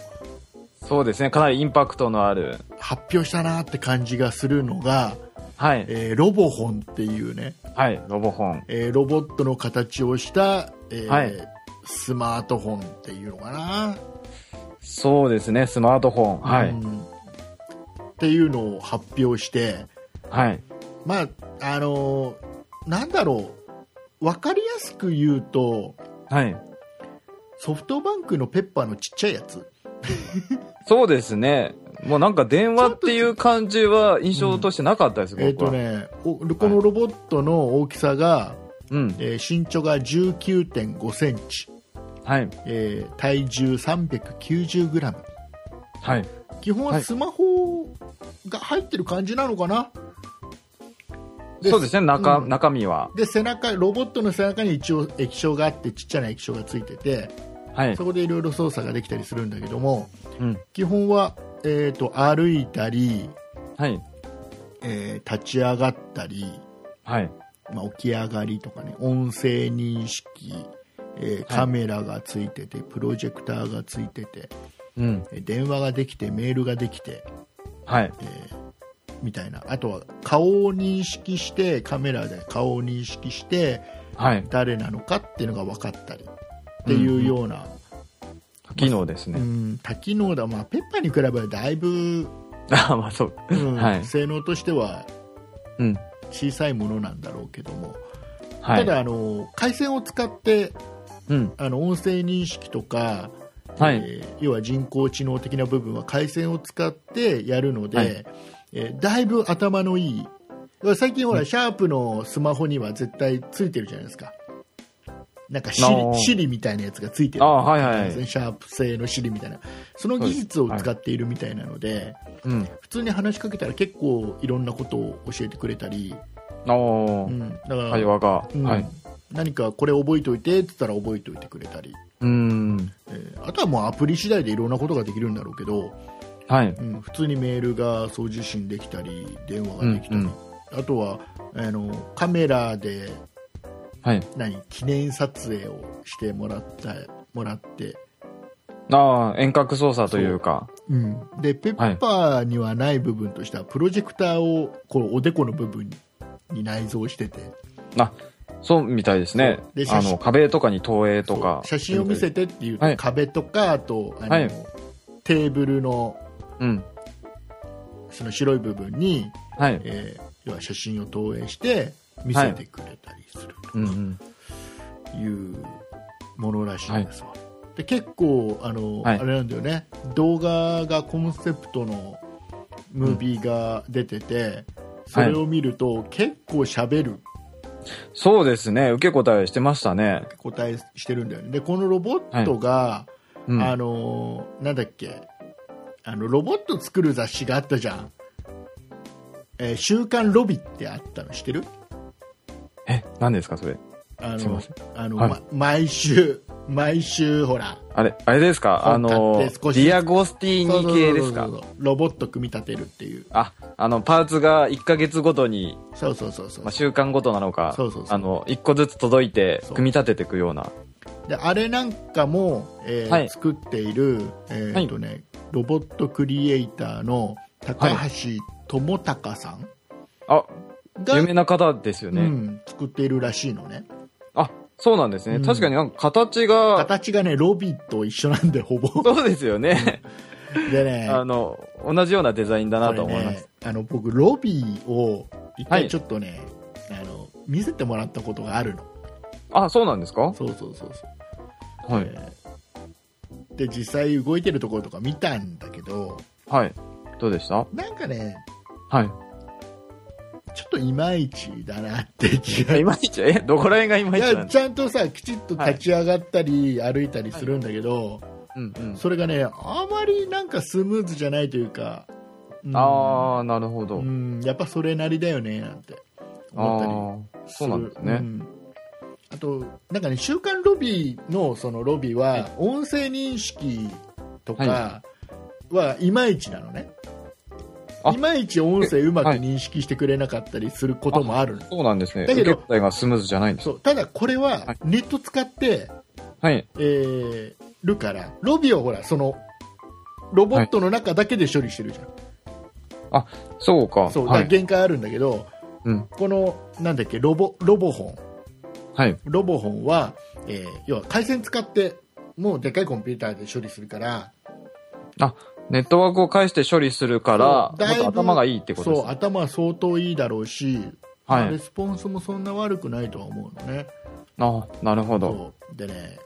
Speaker 3: そうですね。かなりインパクトのある。
Speaker 2: 発表したなって感じがするのが、
Speaker 3: はい。
Speaker 2: えーロボホンっていうね、
Speaker 3: はい。ロボホン。
Speaker 2: えーロボットの形をした、えー
Speaker 3: はい
Speaker 2: スマートフォンっていうのかな、
Speaker 3: そうですね。スマートフォン。は
Speaker 2: う
Speaker 3: い。
Speaker 2: んっていうのを発表して
Speaker 3: はい。
Speaker 2: まああのーなんだろう分かりやすく言うと
Speaker 3: はい。
Speaker 2: ソフトバンクのペッパーのちっちゃいやつ
Speaker 3: そうですね。もうなんか電話っていう感じは印象としてなかったです、
Speaker 2: えっ、
Speaker 3: 僕
Speaker 2: と
Speaker 3: は。
Speaker 2: ねおこのロボットの大きさが、
Speaker 3: うん。
Speaker 2: えー身長が19.5センチ、
Speaker 3: はい。
Speaker 2: えー体重390グラム
Speaker 3: はい。
Speaker 2: 基本
Speaker 3: は
Speaker 2: はいスマホが入ってる感じなのかな、で
Speaker 3: そうですね。中、
Speaker 2: うん
Speaker 3: 中身は。
Speaker 2: で背中ロボットの背中に一応液晶があってちっちゃな液晶がついてて
Speaker 3: はい
Speaker 2: そ。こでいろいろ操作ができたりするんだけども
Speaker 3: うん。
Speaker 2: 基本は、えー、と歩いたり、
Speaker 3: はい。
Speaker 2: えー立ち上がったり、
Speaker 3: はい。
Speaker 2: まあ、起き上がりとかね音声認識、えーカメラがついててプロジェクターがついてて
Speaker 3: うん。
Speaker 2: えー電話ができてメールができて
Speaker 3: はい。
Speaker 2: みたいなあとは顔を認識してカメラで顔を認識して
Speaker 3: はい。
Speaker 2: 誰なのかっていうのが分かったりっていうような、
Speaker 3: 機能です
Speaker 2: う
Speaker 3: ね。
Speaker 2: ん、多機能だ、まあ、ペッパーに比べればだいぶ、
Speaker 3: ああ、まあそう。
Speaker 2: うん
Speaker 3: はい
Speaker 2: 性能としては
Speaker 3: うん。
Speaker 2: 小さいものなんだろうけども、
Speaker 3: はい。
Speaker 2: ただあの回線を使って
Speaker 3: うん。
Speaker 2: あの音声認識とか、
Speaker 3: はい
Speaker 2: えー要は人工知能的な部分は回線を使ってやるので、
Speaker 3: はい
Speaker 2: えーだいぶ頭のいい最近ほら、シャープのスマホには絶対ついてるじゃないですかなんかシ
Speaker 3: あー
Speaker 2: リシリみたいなやつがついてる
Speaker 3: あーはいはいはい
Speaker 2: シャープ製のシリみたいなその技術を使っているみたいなので、
Speaker 3: うん。
Speaker 2: 普通に話しかけたら結構いろんなことを教えてくれたり、
Speaker 3: お
Speaker 2: う
Speaker 3: ー。
Speaker 2: ん、だから、
Speaker 3: 会話が。
Speaker 2: うん
Speaker 3: はい。
Speaker 2: 何かこれ覚えておいてって言ったら覚えておいてくれたり
Speaker 3: うん。
Speaker 2: えーあとはもうアプリ次第でいろんなことができるんだろうけど、
Speaker 3: はい。
Speaker 2: うん、普通にメールが送受信できたり電話ができたり、
Speaker 3: うんうん
Speaker 2: あとはあのカメラで
Speaker 3: はい。
Speaker 2: 何記念撮影をしてもらったもらって、
Speaker 3: ああ、遠隔操作というか。
Speaker 2: うん、でペッパーにはない部分としてはプロジェクターをこうおでこの部分に内蔵してて
Speaker 3: あ、そうみたいですね
Speaker 2: そうで。写
Speaker 3: あ
Speaker 2: 真
Speaker 3: の、壁とかに投影と
Speaker 2: そ
Speaker 3: か
Speaker 2: う。写真を見せてっていうと
Speaker 3: はい
Speaker 2: 壁とかあとあの、
Speaker 3: はい
Speaker 2: テーブルの
Speaker 3: うん。
Speaker 2: その白い部分に
Speaker 3: はい。
Speaker 2: えー要は写真を投影して見せてくれたりする
Speaker 3: うんうん。
Speaker 2: というものらしいんですわ、で結構あの、
Speaker 3: はい
Speaker 2: あれなんだよね動画がコンセプトのムービーが出てて、それを見ると結構しゃべる
Speaker 3: そうですね。受け答えしてましたね。
Speaker 2: 答えしてるんだよねでこのロボットが、
Speaker 3: うん。
Speaker 2: あのなんだっけあのロボット作る雑誌があったじゃん「えー週刊ロビ」ってあったの知ってる
Speaker 3: え、何ですかそれ。
Speaker 2: あ
Speaker 3: すい
Speaker 2: の
Speaker 3: ません
Speaker 2: あの、
Speaker 3: はい
Speaker 2: ま毎週、毎週、ほら、
Speaker 3: あれ、あれですかあ
Speaker 2: 本
Speaker 3: の、
Speaker 2: 買
Speaker 3: デ
Speaker 2: って少し
Speaker 3: ィアゴスティーニ系です
Speaker 2: そう
Speaker 3: か
Speaker 2: そうそうそうロボット組み立てるっていう、
Speaker 3: あ、あの、パーツが1ヶ月ごとに、
Speaker 2: そうそうそうそう、
Speaker 3: まあ、週間ごとなのか、
Speaker 2: そうそうそう
Speaker 3: あの、1個ずつ届いて
Speaker 2: そう、
Speaker 3: 組み立てていくような。
Speaker 2: であれなんかも、えー
Speaker 3: はい
Speaker 2: 作っている、えーっとねロボットクリエイターの高橋智隆さん
Speaker 3: あ、
Speaker 2: が、
Speaker 3: 有名な方ですよ
Speaker 2: う
Speaker 3: ね。
Speaker 2: ん、作っているらしいのね、
Speaker 3: あ、そうなんですね。
Speaker 2: うん
Speaker 3: 確かになんか形が、
Speaker 2: 形がね、ロビーと一緒なんで、ほぼ。
Speaker 3: そうですよね。
Speaker 2: でね、
Speaker 3: あの、同じようなデザインだなと
Speaker 2: こ
Speaker 3: 思
Speaker 2: れ
Speaker 3: いま
Speaker 2: ね
Speaker 3: す。、
Speaker 2: あの僕、ロビーを一
Speaker 3: は
Speaker 2: 回
Speaker 3: い
Speaker 2: ちょっとね、あの、見せてもらったことがあるの。
Speaker 3: あ、そうなんですか
Speaker 2: そうそうそうそう
Speaker 3: はい。
Speaker 2: で実際動いてるところとか見たんだけど
Speaker 3: はい。どうでした
Speaker 2: なんかね
Speaker 3: はい。
Speaker 2: ちょっといまいちだなって気が
Speaker 3: えいまいち、え、どこら辺がいま
Speaker 2: い
Speaker 3: いちな
Speaker 2: や
Speaker 3: んで
Speaker 2: ち
Speaker 3: す
Speaker 2: ゃんとさきちっと立ち上がったり、歩いたりするんだけど、
Speaker 3: うんうん。
Speaker 2: それがねあまりなんかスムーズじゃないというか、うん
Speaker 3: あー、なるほど。
Speaker 2: うんやっぱそれなりだよねなんて
Speaker 3: あ
Speaker 2: 思ったり
Speaker 3: ー
Speaker 2: す
Speaker 3: そ
Speaker 2: る
Speaker 3: うなんですね。
Speaker 2: んあと、なんかね、週刊ロビーのそのロビーは、
Speaker 3: はい
Speaker 2: 音声認識とか
Speaker 3: は
Speaker 2: はいまいちなのね。
Speaker 3: あ
Speaker 2: いまいち音声うまく
Speaker 3: はい
Speaker 2: 認識してくれなかったりすることもあるの、
Speaker 3: そうなんですね。
Speaker 2: だけ
Speaker 3: 受
Speaker 2: ど
Speaker 3: け答えがスムーズじゃないんです。
Speaker 2: そうただこれ
Speaker 3: は
Speaker 2: はいネット使って、
Speaker 3: はい。
Speaker 2: えーるから、ロビーをほら、その、ロボットの中だけで処理してるじゃん。
Speaker 3: そうか。
Speaker 2: そう、だか
Speaker 3: は
Speaker 2: ら
Speaker 3: い。
Speaker 2: 限界あるんだけど、
Speaker 3: うん。
Speaker 2: この、なんだっけ、ロボ、ロボホン。
Speaker 3: はい。
Speaker 2: ロボホンは、えー要は回線使って、もうでかいコンピューターで処理するから、
Speaker 3: ネットワークを介して処理するから、
Speaker 2: そ
Speaker 3: も
Speaker 2: うだい
Speaker 3: っ
Speaker 2: ぶ
Speaker 3: と頭がいいってことで
Speaker 2: そ
Speaker 3: す
Speaker 2: う、
Speaker 3: ね。
Speaker 2: 頭は相当いいだろうし、まあ
Speaker 3: は
Speaker 2: レ
Speaker 3: い。
Speaker 2: スポンスもそんな悪くないとは思うのね。
Speaker 3: あ、なるほど。
Speaker 2: そうでね、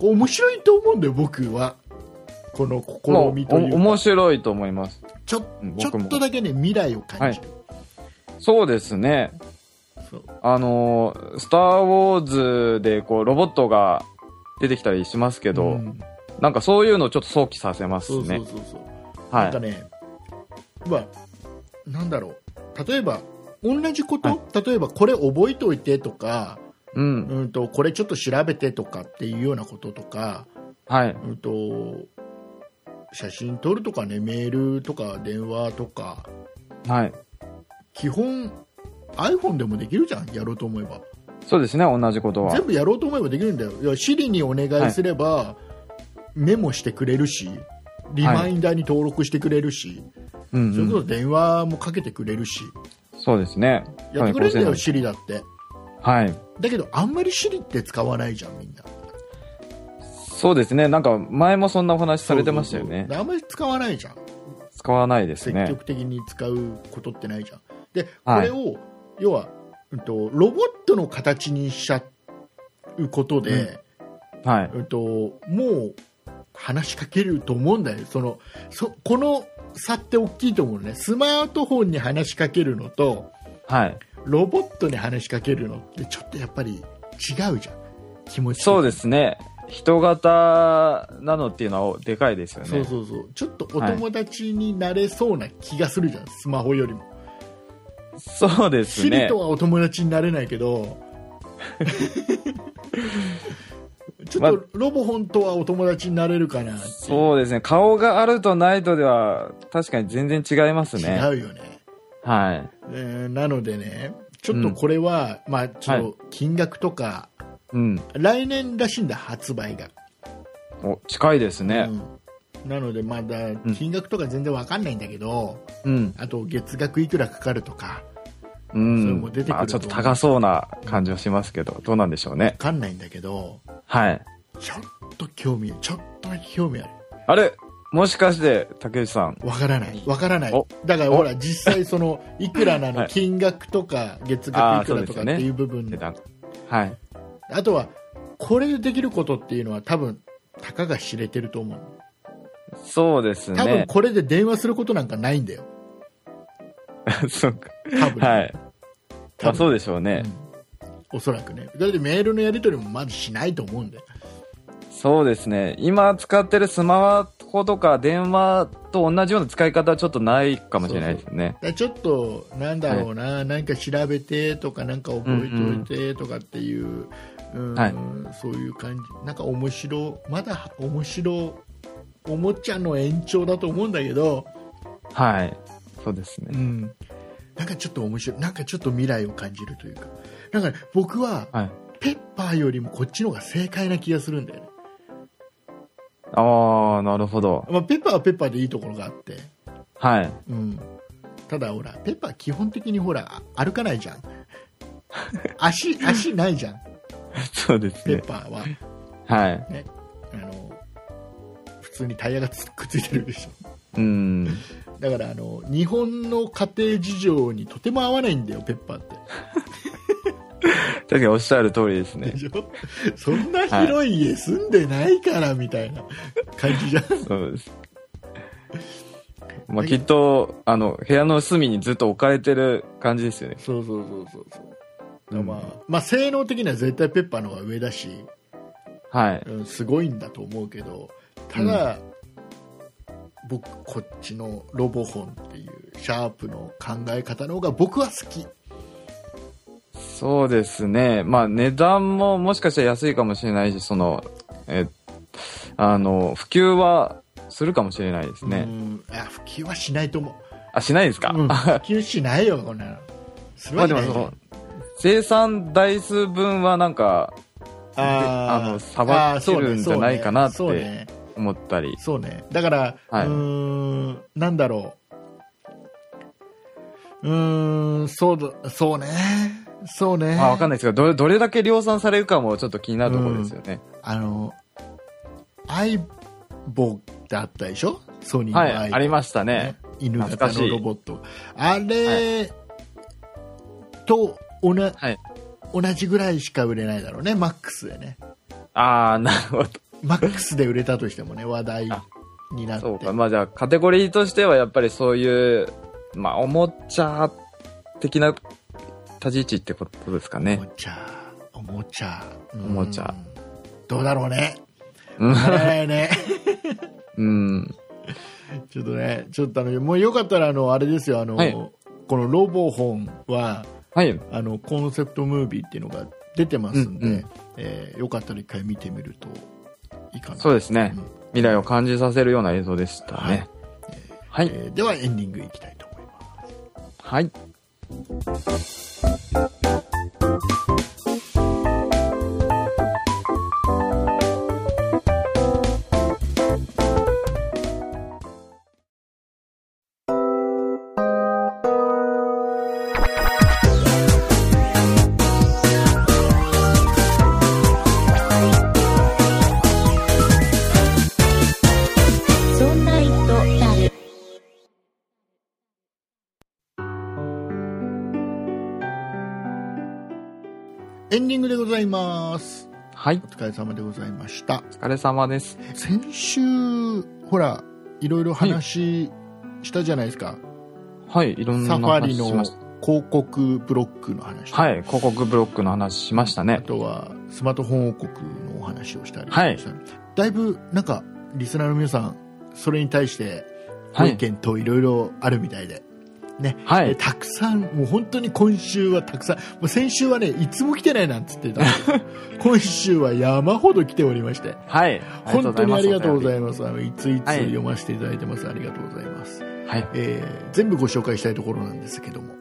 Speaker 2: こう面白いと思うんだよ、僕は。この
Speaker 3: も
Speaker 2: 試
Speaker 3: う
Speaker 2: みと
Speaker 3: お
Speaker 2: いう
Speaker 3: 面
Speaker 2: か、
Speaker 3: 白いと思います。
Speaker 2: ちょ
Speaker 3: うん
Speaker 2: ちょ
Speaker 3: 僕も
Speaker 2: っとだけね、未来を感じる。
Speaker 3: そうですね。
Speaker 2: そう
Speaker 3: あのースター・ウォーズで、こう、ロボットが出てきたりしますけど、
Speaker 2: うん
Speaker 3: なんかそういうのをちょっと想起させます
Speaker 2: そ
Speaker 3: ね。
Speaker 2: うそうそうそう。
Speaker 3: は
Speaker 2: なんか
Speaker 3: い。
Speaker 2: ね、まあ、なんだろう、例えば、同じこと、例えばこれ覚えておいてとか、
Speaker 3: うん。
Speaker 2: うんと、これちょっと調べてとかっていうようなこととか、
Speaker 3: はい。
Speaker 2: うんと、写真撮るとかね、メールとか電話とか、
Speaker 3: はい。
Speaker 2: 基本、iPhone でもできるじゃん、やろうと思えば。
Speaker 3: そうですね、同じことは
Speaker 2: 全。部やろうと思えばできるんだよ。いや、Siri にお願いすれば、メモしてくれるし、リマインダーに登録してくれるし、
Speaker 3: うん、
Speaker 2: それこ
Speaker 3: う
Speaker 2: そ
Speaker 3: ん。
Speaker 2: 電話もかけてくれるし、
Speaker 3: そうですね。
Speaker 2: やってくれるんだよ、
Speaker 3: はい
Speaker 2: Siri だって。
Speaker 3: はい。
Speaker 2: だけど、あんまり Siri って使わないじゃん、みんな。
Speaker 3: そうですね、なんか前もそんなお話されてましたよね
Speaker 2: そうそう。そうあんまり使わないじゃん。
Speaker 3: 使わないです
Speaker 2: 積
Speaker 3: ね。
Speaker 2: 極的に使うことってないじゃん。で、こ
Speaker 3: はい
Speaker 2: れを、要は、うんと、ロボットの形にしちゃうことで、
Speaker 3: はい。
Speaker 2: うんと、もう、話しかけると思うんだよ。その、そ、この差って大きいと思うのね。スマートフォンに話しかけるのと、
Speaker 3: はい。
Speaker 2: ロボットに話しかけるのって、ちょっとやっぱり違うじゃん。気持ち的に
Speaker 3: そうですね。人型なのっていうのはでかいですよね。
Speaker 2: そうそうそうちょっとお友達になれそうな気がするじゃん、スマホよりも、
Speaker 3: そうで
Speaker 2: シ
Speaker 3: す
Speaker 2: リ
Speaker 3: ね
Speaker 2: と。はお友達になれないけ どちょっとロボホンとはお友達になれるかなっていう
Speaker 3: そうですね。顔があるとないとでは、確かに全然違いますね。
Speaker 2: 違うよね、
Speaker 3: はい。
Speaker 2: えーなのでねちょっとこれは、まあちょっ
Speaker 3: は
Speaker 2: と金額とか、
Speaker 3: うん。
Speaker 2: 来年らしいんだ発売が、
Speaker 3: お、近いですね。
Speaker 2: うんなのでまだ金額とか全然わかんないんだけど、
Speaker 3: うん。
Speaker 2: あと月額いくらかかるとか
Speaker 3: う
Speaker 2: それ
Speaker 3: ん。
Speaker 2: も出てくると
Speaker 3: まあちょっと高そうな感じはしますけど、どうなんでしょうね
Speaker 2: わ。かんないんだけど
Speaker 3: はい。
Speaker 2: ちょっと興味ちょっとだけ興味ある。
Speaker 3: あれもしかして、竹内さん。
Speaker 2: わからない。わからない
Speaker 3: お。
Speaker 2: だから
Speaker 3: お
Speaker 2: ほら、実際そ の、いくらなの、
Speaker 3: はい
Speaker 2: 金額とか、月
Speaker 3: あ
Speaker 2: 額
Speaker 3: ー
Speaker 2: いくら
Speaker 3: そうで
Speaker 2: と
Speaker 3: す
Speaker 2: かっ
Speaker 3: よね
Speaker 2: ていう部分。
Speaker 3: 値
Speaker 2: あ
Speaker 3: 段はい。
Speaker 2: とは、これでできることっていうのは多分、たかが知れてると思う。
Speaker 3: そうですね。
Speaker 2: 多分これで電話することなんかないんだよ。
Speaker 3: そうか。
Speaker 2: 多分。
Speaker 3: はい。ま
Speaker 2: 多
Speaker 3: あ
Speaker 2: 分
Speaker 3: そうでしょうね。
Speaker 2: うんおそらくね。だってメールのやり取りもまずしないと思うんだよ。
Speaker 3: そうですね。今使ってるスマホとか電話と同じような使い方はちょっとないかもしれないですね
Speaker 2: だ。からちょっと、なんだろうな、なんか調べてとか、なんか覚えておいてとかっていう、うん
Speaker 3: はい
Speaker 2: そういう感じ、なんか面白、まだ面白、おもちゃの延長だと思うんだけど、
Speaker 3: はい。そうです
Speaker 2: う
Speaker 3: ね。
Speaker 2: ん、なんかちょっと面白い、なんかちょっと未来を感じるというか、だから僕は、
Speaker 3: はい。
Speaker 2: ペッパーよりもこっちの方が正解な気がするんだよね。
Speaker 3: ああ、なるほど。
Speaker 2: まあ、ペッパーはペッパーでいいところがあって、
Speaker 3: はい。
Speaker 2: うん、ただほら、ペッパー基本的にほら、あ歩かないじゃん。足、足ないじゃん。
Speaker 3: そうです
Speaker 2: ペッ
Speaker 3: ね。
Speaker 2: パーは、
Speaker 3: はい。
Speaker 2: あの普通にタイヤがつくっついてるでしょ
Speaker 3: うん。
Speaker 2: だからあの日本の家庭事情にとても合わないんだよペッパーって
Speaker 3: 確かにおっしゃる通りですね
Speaker 2: で。しょそんな広い家住んでないからみたいな感じじゃん、
Speaker 3: そうです。まあきっと、あの、部屋の隅にずっと置かれてる感じですよね。
Speaker 2: そうそうそうそうそう
Speaker 3: うん
Speaker 2: まあまあ、性能的には絶対ペッパーの方が上だし、
Speaker 3: はい。
Speaker 2: うん、すごいんだと思うけどただ、僕こっちのロボホンっていうシャープの考え方の方が僕は好き
Speaker 3: そうですね。まあ値段ももしかしたら安いかもしれないし、その、え、あの、普及はするかもしれないです
Speaker 2: う
Speaker 3: ね。
Speaker 2: んいや普及はしないと思
Speaker 3: あ、しないですか、
Speaker 2: う、うん、普及しないよこんなのす
Speaker 3: ま
Speaker 2: ご
Speaker 3: あ
Speaker 2: い
Speaker 3: でもその、生産台数分はなんか
Speaker 2: あ
Speaker 3: で
Speaker 2: ー
Speaker 3: あのさばってるんじゃないかなって
Speaker 2: そうね
Speaker 3: 思ったり。
Speaker 2: そうねそうねだから、
Speaker 3: はいう
Speaker 2: ーんなんだろううーんそうだそうねそうね
Speaker 3: まあわかんないですけど、どれ、どれだけ量産されるかもちょっと気になるところですよね。
Speaker 2: あのアイボってあったでしょソニーの
Speaker 3: は
Speaker 2: ア
Speaker 3: い、
Speaker 2: イボ、
Speaker 3: ありましたね。
Speaker 2: 犬型
Speaker 3: 懐かし
Speaker 2: の
Speaker 3: い
Speaker 2: ロボットあれ、とおな、
Speaker 3: はい
Speaker 2: 同じぐらいしか売れないだろうねマックスでね
Speaker 3: ああ、なる ほど。
Speaker 2: マックスで売れたとしてもね話題になって
Speaker 3: そうか。まあじゃあ、カテゴリーとしてはやっぱりそういう、まあ、おもちゃ的な立ち位置ってことですか
Speaker 2: お
Speaker 3: ね
Speaker 2: も。ちゃおもちゃお
Speaker 3: もちゃ
Speaker 2: どうだろうね
Speaker 3: うん
Speaker 2: わからないね
Speaker 3: うん。
Speaker 2: ちょっとねちょっとあのもうよかったらあのあれですよあの、
Speaker 3: はい
Speaker 2: このロボ本は
Speaker 3: はい。
Speaker 2: あのコンセプトムービーっていうのが出てますんで、
Speaker 3: うんうん
Speaker 2: えーよかったら一回見てみるといいかな
Speaker 3: そうですね
Speaker 2: うん。
Speaker 3: 未来を感じさせるような映像でしたね。はい。
Speaker 2: えーではエンディングいきたいと思います
Speaker 3: はい。
Speaker 1: そんな糸だる、
Speaker 2: エンディングでございます
Speaker 3: はい
Speaker 2: お。疲れ様でございました
Speaker 3: お疲れ様です。
Speaker 2: 先週ほらいろいろ話したじゃないですか、
Speaker 3: はい。いろんな
Speaker 2: サファ
Speaker 3: 話
Speaker 2: リの
Speaker 3: しました。
Speaker 2: 広告ブロックの話とか、
Speaker 3: はい。広告ブロックの話しました
Speaker 2: あ
Speaker 3: ね。
Speaker 2: とはスマートフォン王国のお話をしたり
Speaker 3: はい
Speaker 2: したりだいぶなんかリスナーの皆さんそれに対してご
Speaker 3: は
Speaker 2: 意
Speaker 3: い。
Speaker 2: 見といろいろあるみたいで、
Speaker 3: は
Speaker 2: えー
Speaker 3: い。
Speaker 2: たくさんもう本当に今週はたくさんもう先週はねいつも来てないなんつってたんです けど今週は山ほど来ておりまして
Speaker 3: はい。
Speaker 2: 本当にありがとうござ
Speaker 3: ま
Speaker 2: いますあのいついつ
Speaker 3: はい
Speaker 2: 読ませていただいてます、ありがとうございます、
Speaker 3: す。はい。
Speaker 2: えー全部ご紹介したいところなんですけども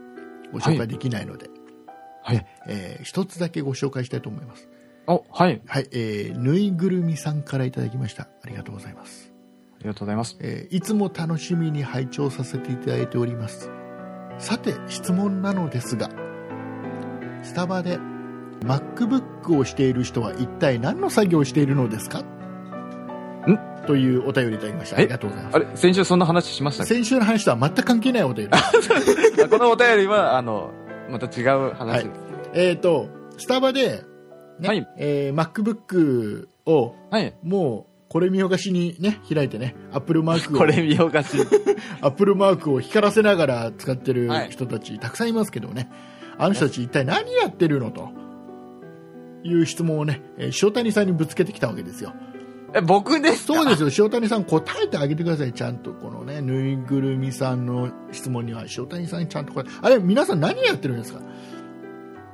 Speaker 2: ご紹
Speaker 3: は
Speaker 2: 介
Speaker 3: い
Speaker 2: できないので、
Speaker 3: はい。
Speaker 2: えー一つだけご紹介したいと思います
Speaker 3: お、はい。
Speaker 2: はい、えーぬいぐるみさんからいただきましたありがとうございます、
Speaker 3: ありがとうございます。
Speaker 2: えーいつも楽しみに拝聴させていただいておりますさて質問なのですがスタバで MacBook をしている人は一体何の作業をしているのですかというお便りいただきましたありがとうございます
Speaker 3: あれ、先週そんな話しましたっけ
Speaker 2: 先週の話とは全く関係ないお便りです
Speaker 3: あこのお便りは、あの、また違う話です。
Speaker 2: えっとスタバで、ね
Speaker 3: はい
Speaker 2: えー MacBook を
Speaker 3: はい。
Speaker 2: もうこれ見よがしにね開いてねアップルマー クを
Speaker 3: これ見よがし。
Speaker 2: アップルマークを光らせながら使ってる
Speaker 3: はい
Speaker 2: 人たち、たくさんいますけどね、あの人たち、一体何やってるのという質問をね、えー塩谷さんにぶつけてきたわけですよ。
Speaker 3: え、僕ですか
Speaker 2: そうですよ、塩谷さん、答えてあげてください、ちゃんと、このね、ぬいぐるみさんの質問には、塩谷さん、ちゃんと答え、あれ、皆さん、何やってるんですか、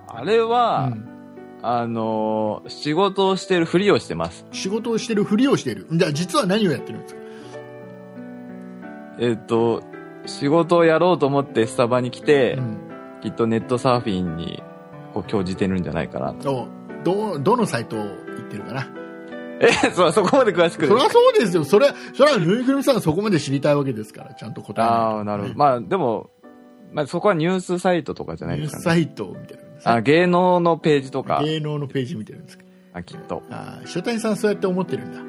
Speaker 3: あれは、
Speaker 2: うん
Speaker 3: あのー仕事をしてるふりをしてます。
Speaker 2: 仕事をしてるふりをしている、じゃあ、実は何をやってるんですか、
Speaker 3: えっ、と、仕事をやろうと思ってスタバに来て、
Speaker 2: うん、
Speaker 3: きっとネットサーフィンに、こう、興じてるんじゃないかなと。
Speaker 2: おどどのサイト行ってるかな。
Speaker 3: え、そう、そこまで詳しく
Speaker 2: そりゃそうですよ。それ、それはぬいぐるみさんがそこまで知りたいわけですから、ちゃんと答え
Speaker 3: ああ、なるほど。まあ、でも、まあ、そこはニュースサイトとかじゃない
Speaker 2: ニュ
Speaker 3: で
Speaker 2: ー
Speaker 3: す
Speaker 2: ス
Speaker 3: か
Speaker 2: サ
Speaker 3: ね。
Speaker 2: イトを見てるんですね
Speaker 3: あ、芸能のページとか、
Speaker 2: 芸能のページ見てるんですけど
Speaker 3: あ、きっと。
Speaker 2: あー塩谷さんそうやって思ってるんだ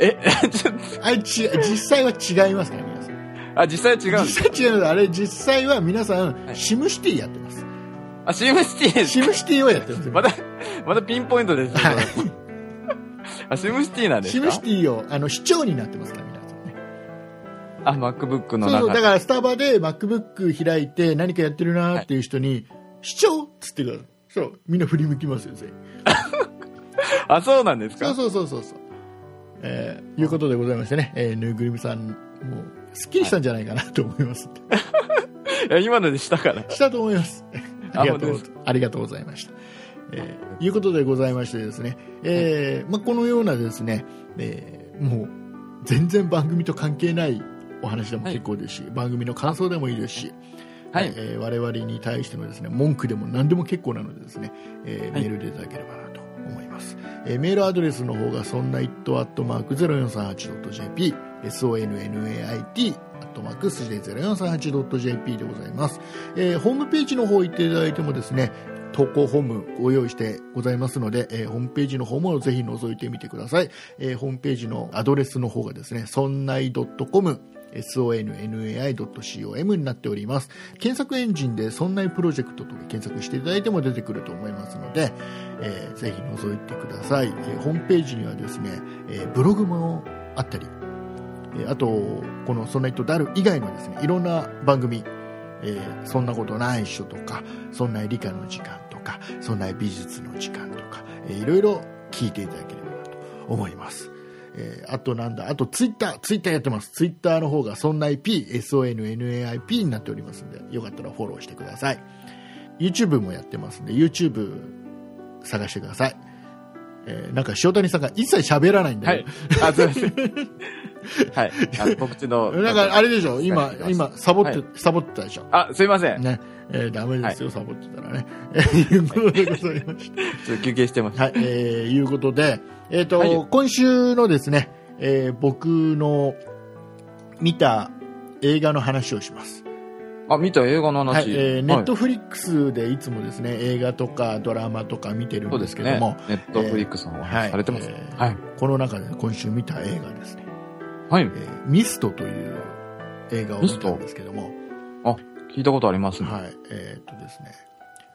Speaker 3: え、ちょっと、
Speaker 2: あれち実際は違いますから皆さん
Speaker 3: あ、実際は違うんです
Speaker 2: 実際違いますあれ実際は皆さん、
Speaker 3: はい
Speaker 2: シムシティやってます
Speaker 3: あ、CMCT です。
Speaker 2: シムシティをやってます
Speaker 3: また、またピンポイントですね。
Speaker 2: はい
Speaker 3: あ、シムシティなんです
Speaker 2: シ
Speaker 3: か
Speaker 2: ムシティをあの市長になってますから皆さんね
Speaker 3: あ、MacBook の
Speaker 2: そうそう
Speaker 3: 中
Speaker 2: だ
Speaker 3: で。
Speaker 2: からスタバで MacBook 開いて何かやってるなーっていう人に、市長っつってくださいそうみんな振り向きますよ全員
Speaker 3: あ、そうなんです
Speaker 2: そう
Speaker 3: か
Speaker 2: そうそうそうそう、えーいうことでございましてね、えーぬいぐるみさんも うすっきりしたんじゃないかなと思います、
Speaker 3: いや今のでしたから。
Speaker 2: したと思いますありがと
Speaker 3: あ
Speaker 2: う
Speaker 3: 本当で
Speaker 2: ありがとうございました。えーいうことでございましてですね、えーまあ、このようなですね、えーもう全然番組と関係ないお話でも結構ですし、番組の感想でもいいですし、
Speaker 3: はい。
Speaker 2: えー我々に対してのですね文句でも何でも結構なのでですね、えー
Speaker 3: はい
Speaker 2: メールでいただければなと思います、えーメールアドレスの方がそんな it.0438.jp sonnait アットマーク数字で 0438.jp でございます、えーホームページの方行っていただいてもですね投稿ホームご用意してございますので、えーホームページの方もぜひ覗いてみてください、えーホームページのアドレスの方がですね、そんない .com sonnai.com になっております。検索エンジンでそんないプロジェクトと検索していただいても出てくると思いますので、えーぜひ覗いてください。えーホームページにはですね、えーブログもあったり、えーあと、このそんないとだる以外のですね、いろんな番組、えーそんなことないっしょとか、そんな理科の時間とか、そんな美術の時間とか、えーいろいろ聞いていただければなと思います。えーあとなんだ、あとツイッター、ツイッターやってます。ツイッターの方がそんな IP、SONNAIP になっておりますんで、よかったらフォローしてください。YouTube もやってますんで、YouTube 探してください。えーなんか塩谷さんが一切喋らないんだ
Speaker 3: は
Speaker 2: け
Speaker 3: い。あ、すいま せん。はい。あの告知の。
Speaker 2: ど、なんかあれでしょ、今
Speaker 3: はい、
Speaker 2: 今、サボって、
Speaker 3: はい
Speaker 2: サボってたでしょ。
Speaker 3: あ、すいません。
Speaker 2: ね、えーダメですよ、サボってたらね。えーいうことでございました。
Speaker 3: ちょっと休憩してました。
Speaker 2: はい、えー、いうことで、えっ、と、
Speaker 3: はい
Speaker 2: 今週のですね、えー僕の見た映画の話をします。
Speaker 3: あ、見た映画の話。
Speaker 2: はい、えーネット
Speaker 3: はい
Speaker 2: フリックスでいつもですね、映画とかドラマとか見てる
Speaker 3: そうんで
Speaker 2: です
Speaker 3: す
Speaker 2: け
Speaker 3: ね。
Speaker 2: ども、
Speaker 3: ネットフリックスのお
Speaker 2: はい
Speaker 3: 話されてます。
Speaker 2: えー
Speaker 3: はい。
Speaker 2: この中で今週見た映画ですね、
Speaker 3: はい
Speaker 2: え。ーミストという映画を見たんですけども、
Speaker 3: 聞いたことありますね。
Speaker 2: はい、えっ、とですね、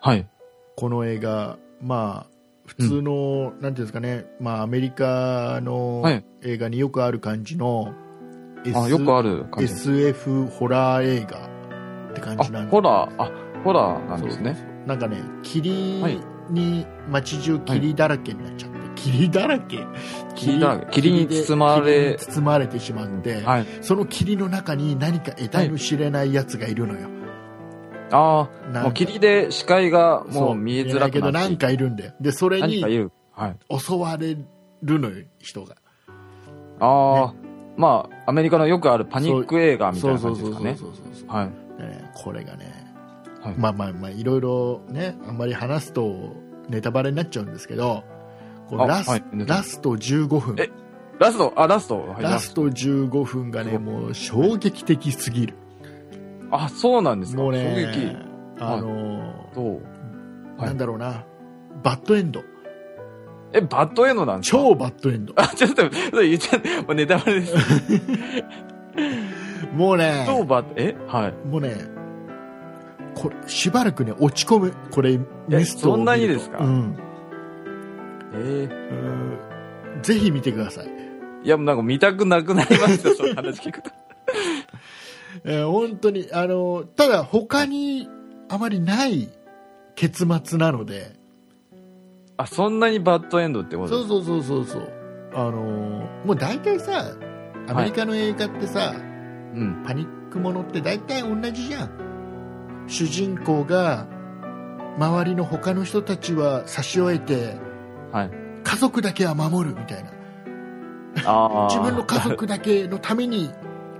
Speaker 3: はい。
Speaker 2: この映画、まあ、普通の、なんていうんですかね、まあ、アメリカの
Speaker 3: はい
Speaker 2: 映画によくある感じの、
Speaker 3: あ、
Speaker 2: S-
Speaker 3: よくある感じです。
Speaker 2: SF ホラー映画って感
Speaker 3: あ、
Speaker 2: じなんで
Speaker 3: ホラー、あ、ホラーなんです
Speaker 2: そ
Speaker 3: ね。
Speaker 2: うなんかね霧
Speaker 3: はい
Speaker 2: に、街中霧だらけになっちゃ って、霧だらけ
Speaker 3: 霧だらけ霧に包まれ
Speaker 2: 霧に包まれてしまって、
Speaker 3: はい。
Speaker 2: その霧の中に何か得体の知れないやつがいるのよ、
Speaker 3: あ
Speaker 2: な
Speaker 3: あ、
Speaker 2: んか
Speaker 3: もう霧で視界が
Speaker 2: そ
Speaker 3: もう見えづ
Speaker 2: な
Speaker 3: ら
Speaker 2: いけ
Speaker 3: く
Speaker 2: ど
Speaker 3: なっ
Speaker 2: 何
Speaker 3: て。
Speaker 2: かいるんだよでそれ
Speaker 3: 何
Speaker 2: に
Speaker 3: かいる。はい。
Speaker 2: 襲われるのよ人が
Speaker 3: ああ、まあ、アメリカのよくあるパニック映画みたい
Speaker 2: そう
Speaker 3: な
Speaker 2: そ
Speaker 3: 感
Speaker 2: う
Speaker 3: じ
Speaker 2: そう
Speaker 3: です
Speaker 2: そ
Speaker 3: か
Speaker 2: う
Speaker 3: ね。
Speaker 2: そうそう
Speaker 3: はい。
Speaker 2: でねこれがね、
Speaker 3: はい
Speaker 2: まあまあまあいろいろねあんまり話すとネタバレになっちゃうんですけどこう
Speaker 3: あ
Speaker 2: ラス,、
Speaker 3: はいネタバレ
Speaker 2: ラスト15分
Speaker 3: えラスト、あ、ラスト。はい
Speaker 2: ラスト15分がね
Speaker 3: そう
Speaker 2: もう衝撃的すぎる
Speaker 3: あ、そうなんですか。
Speaker 2: もう
Speaker 3: 衝
Speaker 2: ね
Speaker 3: 撃。
Speaker 2: あの
Speaker 3: どう
Speaker 2: ー
Speaker 3: はい
Speaker 2: なんだろうなバッドエンド
Speaker 3: え、バッドエンドなんですか
Speaker 2: 超バッドエンド
Speaker 3: あ、ちょっと、それ言っちゃった。もうネタバレです。
Speaker 2: もうね
Speaker 3: 超バッ、えはい。
Speaker 2: もうねこれしばらくね落ち込むこれミストを見ると
Speaker 3: そんなにですか
Speaker 2: うん
Speaker 3: ええ
Speaker 2: うんぜひ見てください
Speaker 3: いや、もうなんか見たくなくなりました、その話聞く と。
Speaker 2: えー本当にあのただ他にあまりない結末なので
Speaker 3: あ、そんなにバッドエンドってこと
Speaker 2: そ
Speaker 3: で
Speaker 2: う
Speaker 3: す
Speaker 2: そうそうそうそうあのもう大体さアメリカの映画ってさ、
Speaker 3: うん。
Speaker 2: パニックものって大体同じじゃん主人公が周りの他の人たちは差し終えて
Speaker 3: はい。
Speaker 2: 家族だけは守るみたいな
Speaker 3: ああ。
Speaker 2: 自分の家族だけのために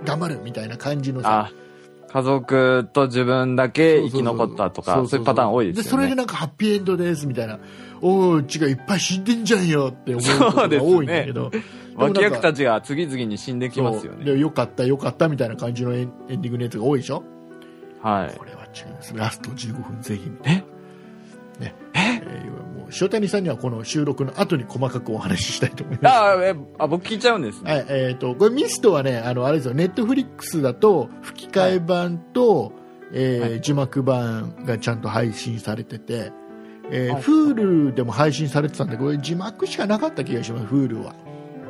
Speaker 2: 頑張るみたいな感じのさ
Speaker 3: あ家族と自分だけ生き残ったとか、そういうパターン多いですよ
Speaker 2: それで
Speaker 3: ね。
Speaker 2: なんかハッピーエンドですみたいな、おう、違う、いっぱい死んでんじゃんよって思うことが多いんだけど、もなんか
Speaker 3: 脇役たちが次々に死んできますよ
Speaker 2: そう
Speaker 3: ね。
Speaker 2: でよかった、よかったみたいな感じのエンエンディングのやつが多いでしょ、
Speaker 3: はい
Speaker 2: こ。れは違います、ラスト15分、ぜひ見て、
Speaker 3: え
Speaker 2: ねえーもう塩谷さんにはこの収録の後に細かくお話ししたいと思います。
Speaker 3: あーえあ、僕聞いちゃうんですね。
Speaker 2: はいえー、とこれミストはね、あのあれですよ、ネットフリックスだと吹き替え版と、えー
Speaker 3: は
Speaker 2: 字幕版がちゃんと配信されてて、えー、
Speaker 3: あ
Speaker 2: Hulu でも配信されてたんで、これ字幕しかなかった気がします、Hulu は。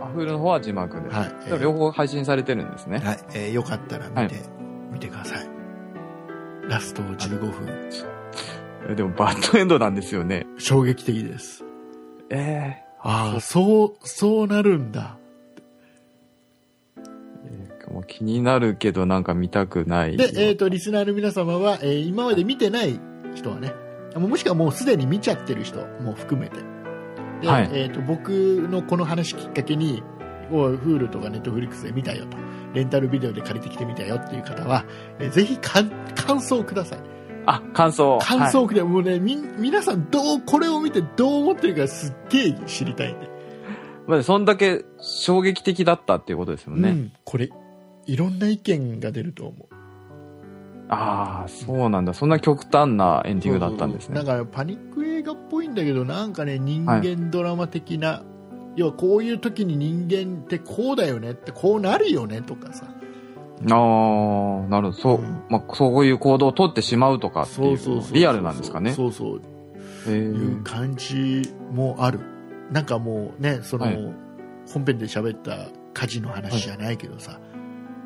Speaker 3: アフルの方は字幕で。
Speaker 2: はい
Speaker 3: でも両方配信されてるんですね。
Speaker 2: はいえーよかったら見て、
Speaker 3: はい
Speaker 2: 見てください。ラスト15分、
Speaker 3: えでもバッドエンドなんですよね。
Speaker 2: 衝撃的です。
Speaker 3: え
Speaker 2: ああ、そう、そうなるんだ。
Speaker 3: ーもう気になるけどなんか見たくない。
Speaker 2: で、えー、と、リスナーの皆様は、えー今まで見てない人はね、もうもしくはもうすでに見ちゃってる人も含めてで、
Speaker 3: はい
Speaker 2: えー、と僕のこの話きっかけにおい Hulu とか Netflix で見たよとレンタルビデオで借りてきてみたよっていう方は、えーぜひか感想をください
Speaker 3: あ、感想。
Speaker 2: 感
Speaker 3: は
Speaker 2: 想をくれ、もうねみ皆さんどうこれを見てどう思ってるかすっげえ知りたいんで、
Speaker 3: いまあ、そんだけ衝撃的だったっていうことですもん
Speaker 2: う
Speaker 3: ね。
Speaker 2: ん、これいろんな意見が出ると思う
Speaker 3: ああ、そうなんだ。そんな極端なエンディングだったんですね。
Speaker 2: だからパニック映画っぽいんだけどなんかね人間ドラマ的な、要はこういう時に人間ってこうだよねってこうなるよねとかさ
Speaker 3: ああ、なるほど。そう、
Speaker 2: うん
Speaker 3: まあ、そういう行動を取ってしまうとかっていう、リアルなんですかね。
Speaker 2: そうそう
Speaker 3: へえ
Speaker 2: いう感じもあるなんかもうねその、
Speaker 3: はい
Speaker 2: 本編で喋った家事の話じゃないけどさ、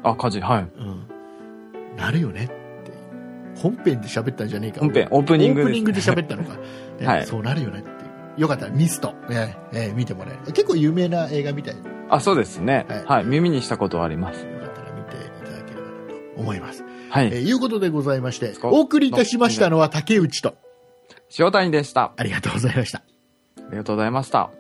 Speaker 3: あ、火事、はい。
Speaker 2: うん、なるよねって本編で喋ったんじゃねえか
Speaker 3: 本編、オープ
Speaker 2: オ
Speaker 3: ニング
Speaker 2: ー
Speaker 3: で
Speaker 2: プ
Speaker 3: す、
Speaker 2: ニングで喋ったの か、ね
Speaker 3: はい
Speaker 2: そうなるよねっていうよかったらミスト、ねえー見てもらえる結構有名な映画みたい
Speaker 3: あ、そうですね、
Speaker 2: は
Speaker 3: はいい。耳にしたことはあります。
Speaker 2: よかったら見ていただければなと思います。
Speaker 3: は
Speaker 2: えー
Speaker 3: い。
Speaker 2: いうことでございまして、
Speaker 3: そう
Speaker 2: お送りいたしましたのは竹内と、
Speaker 3: 塩谷でした。
Speaker 2: ありがとうございました。
Speaker 3: ありがとうございました。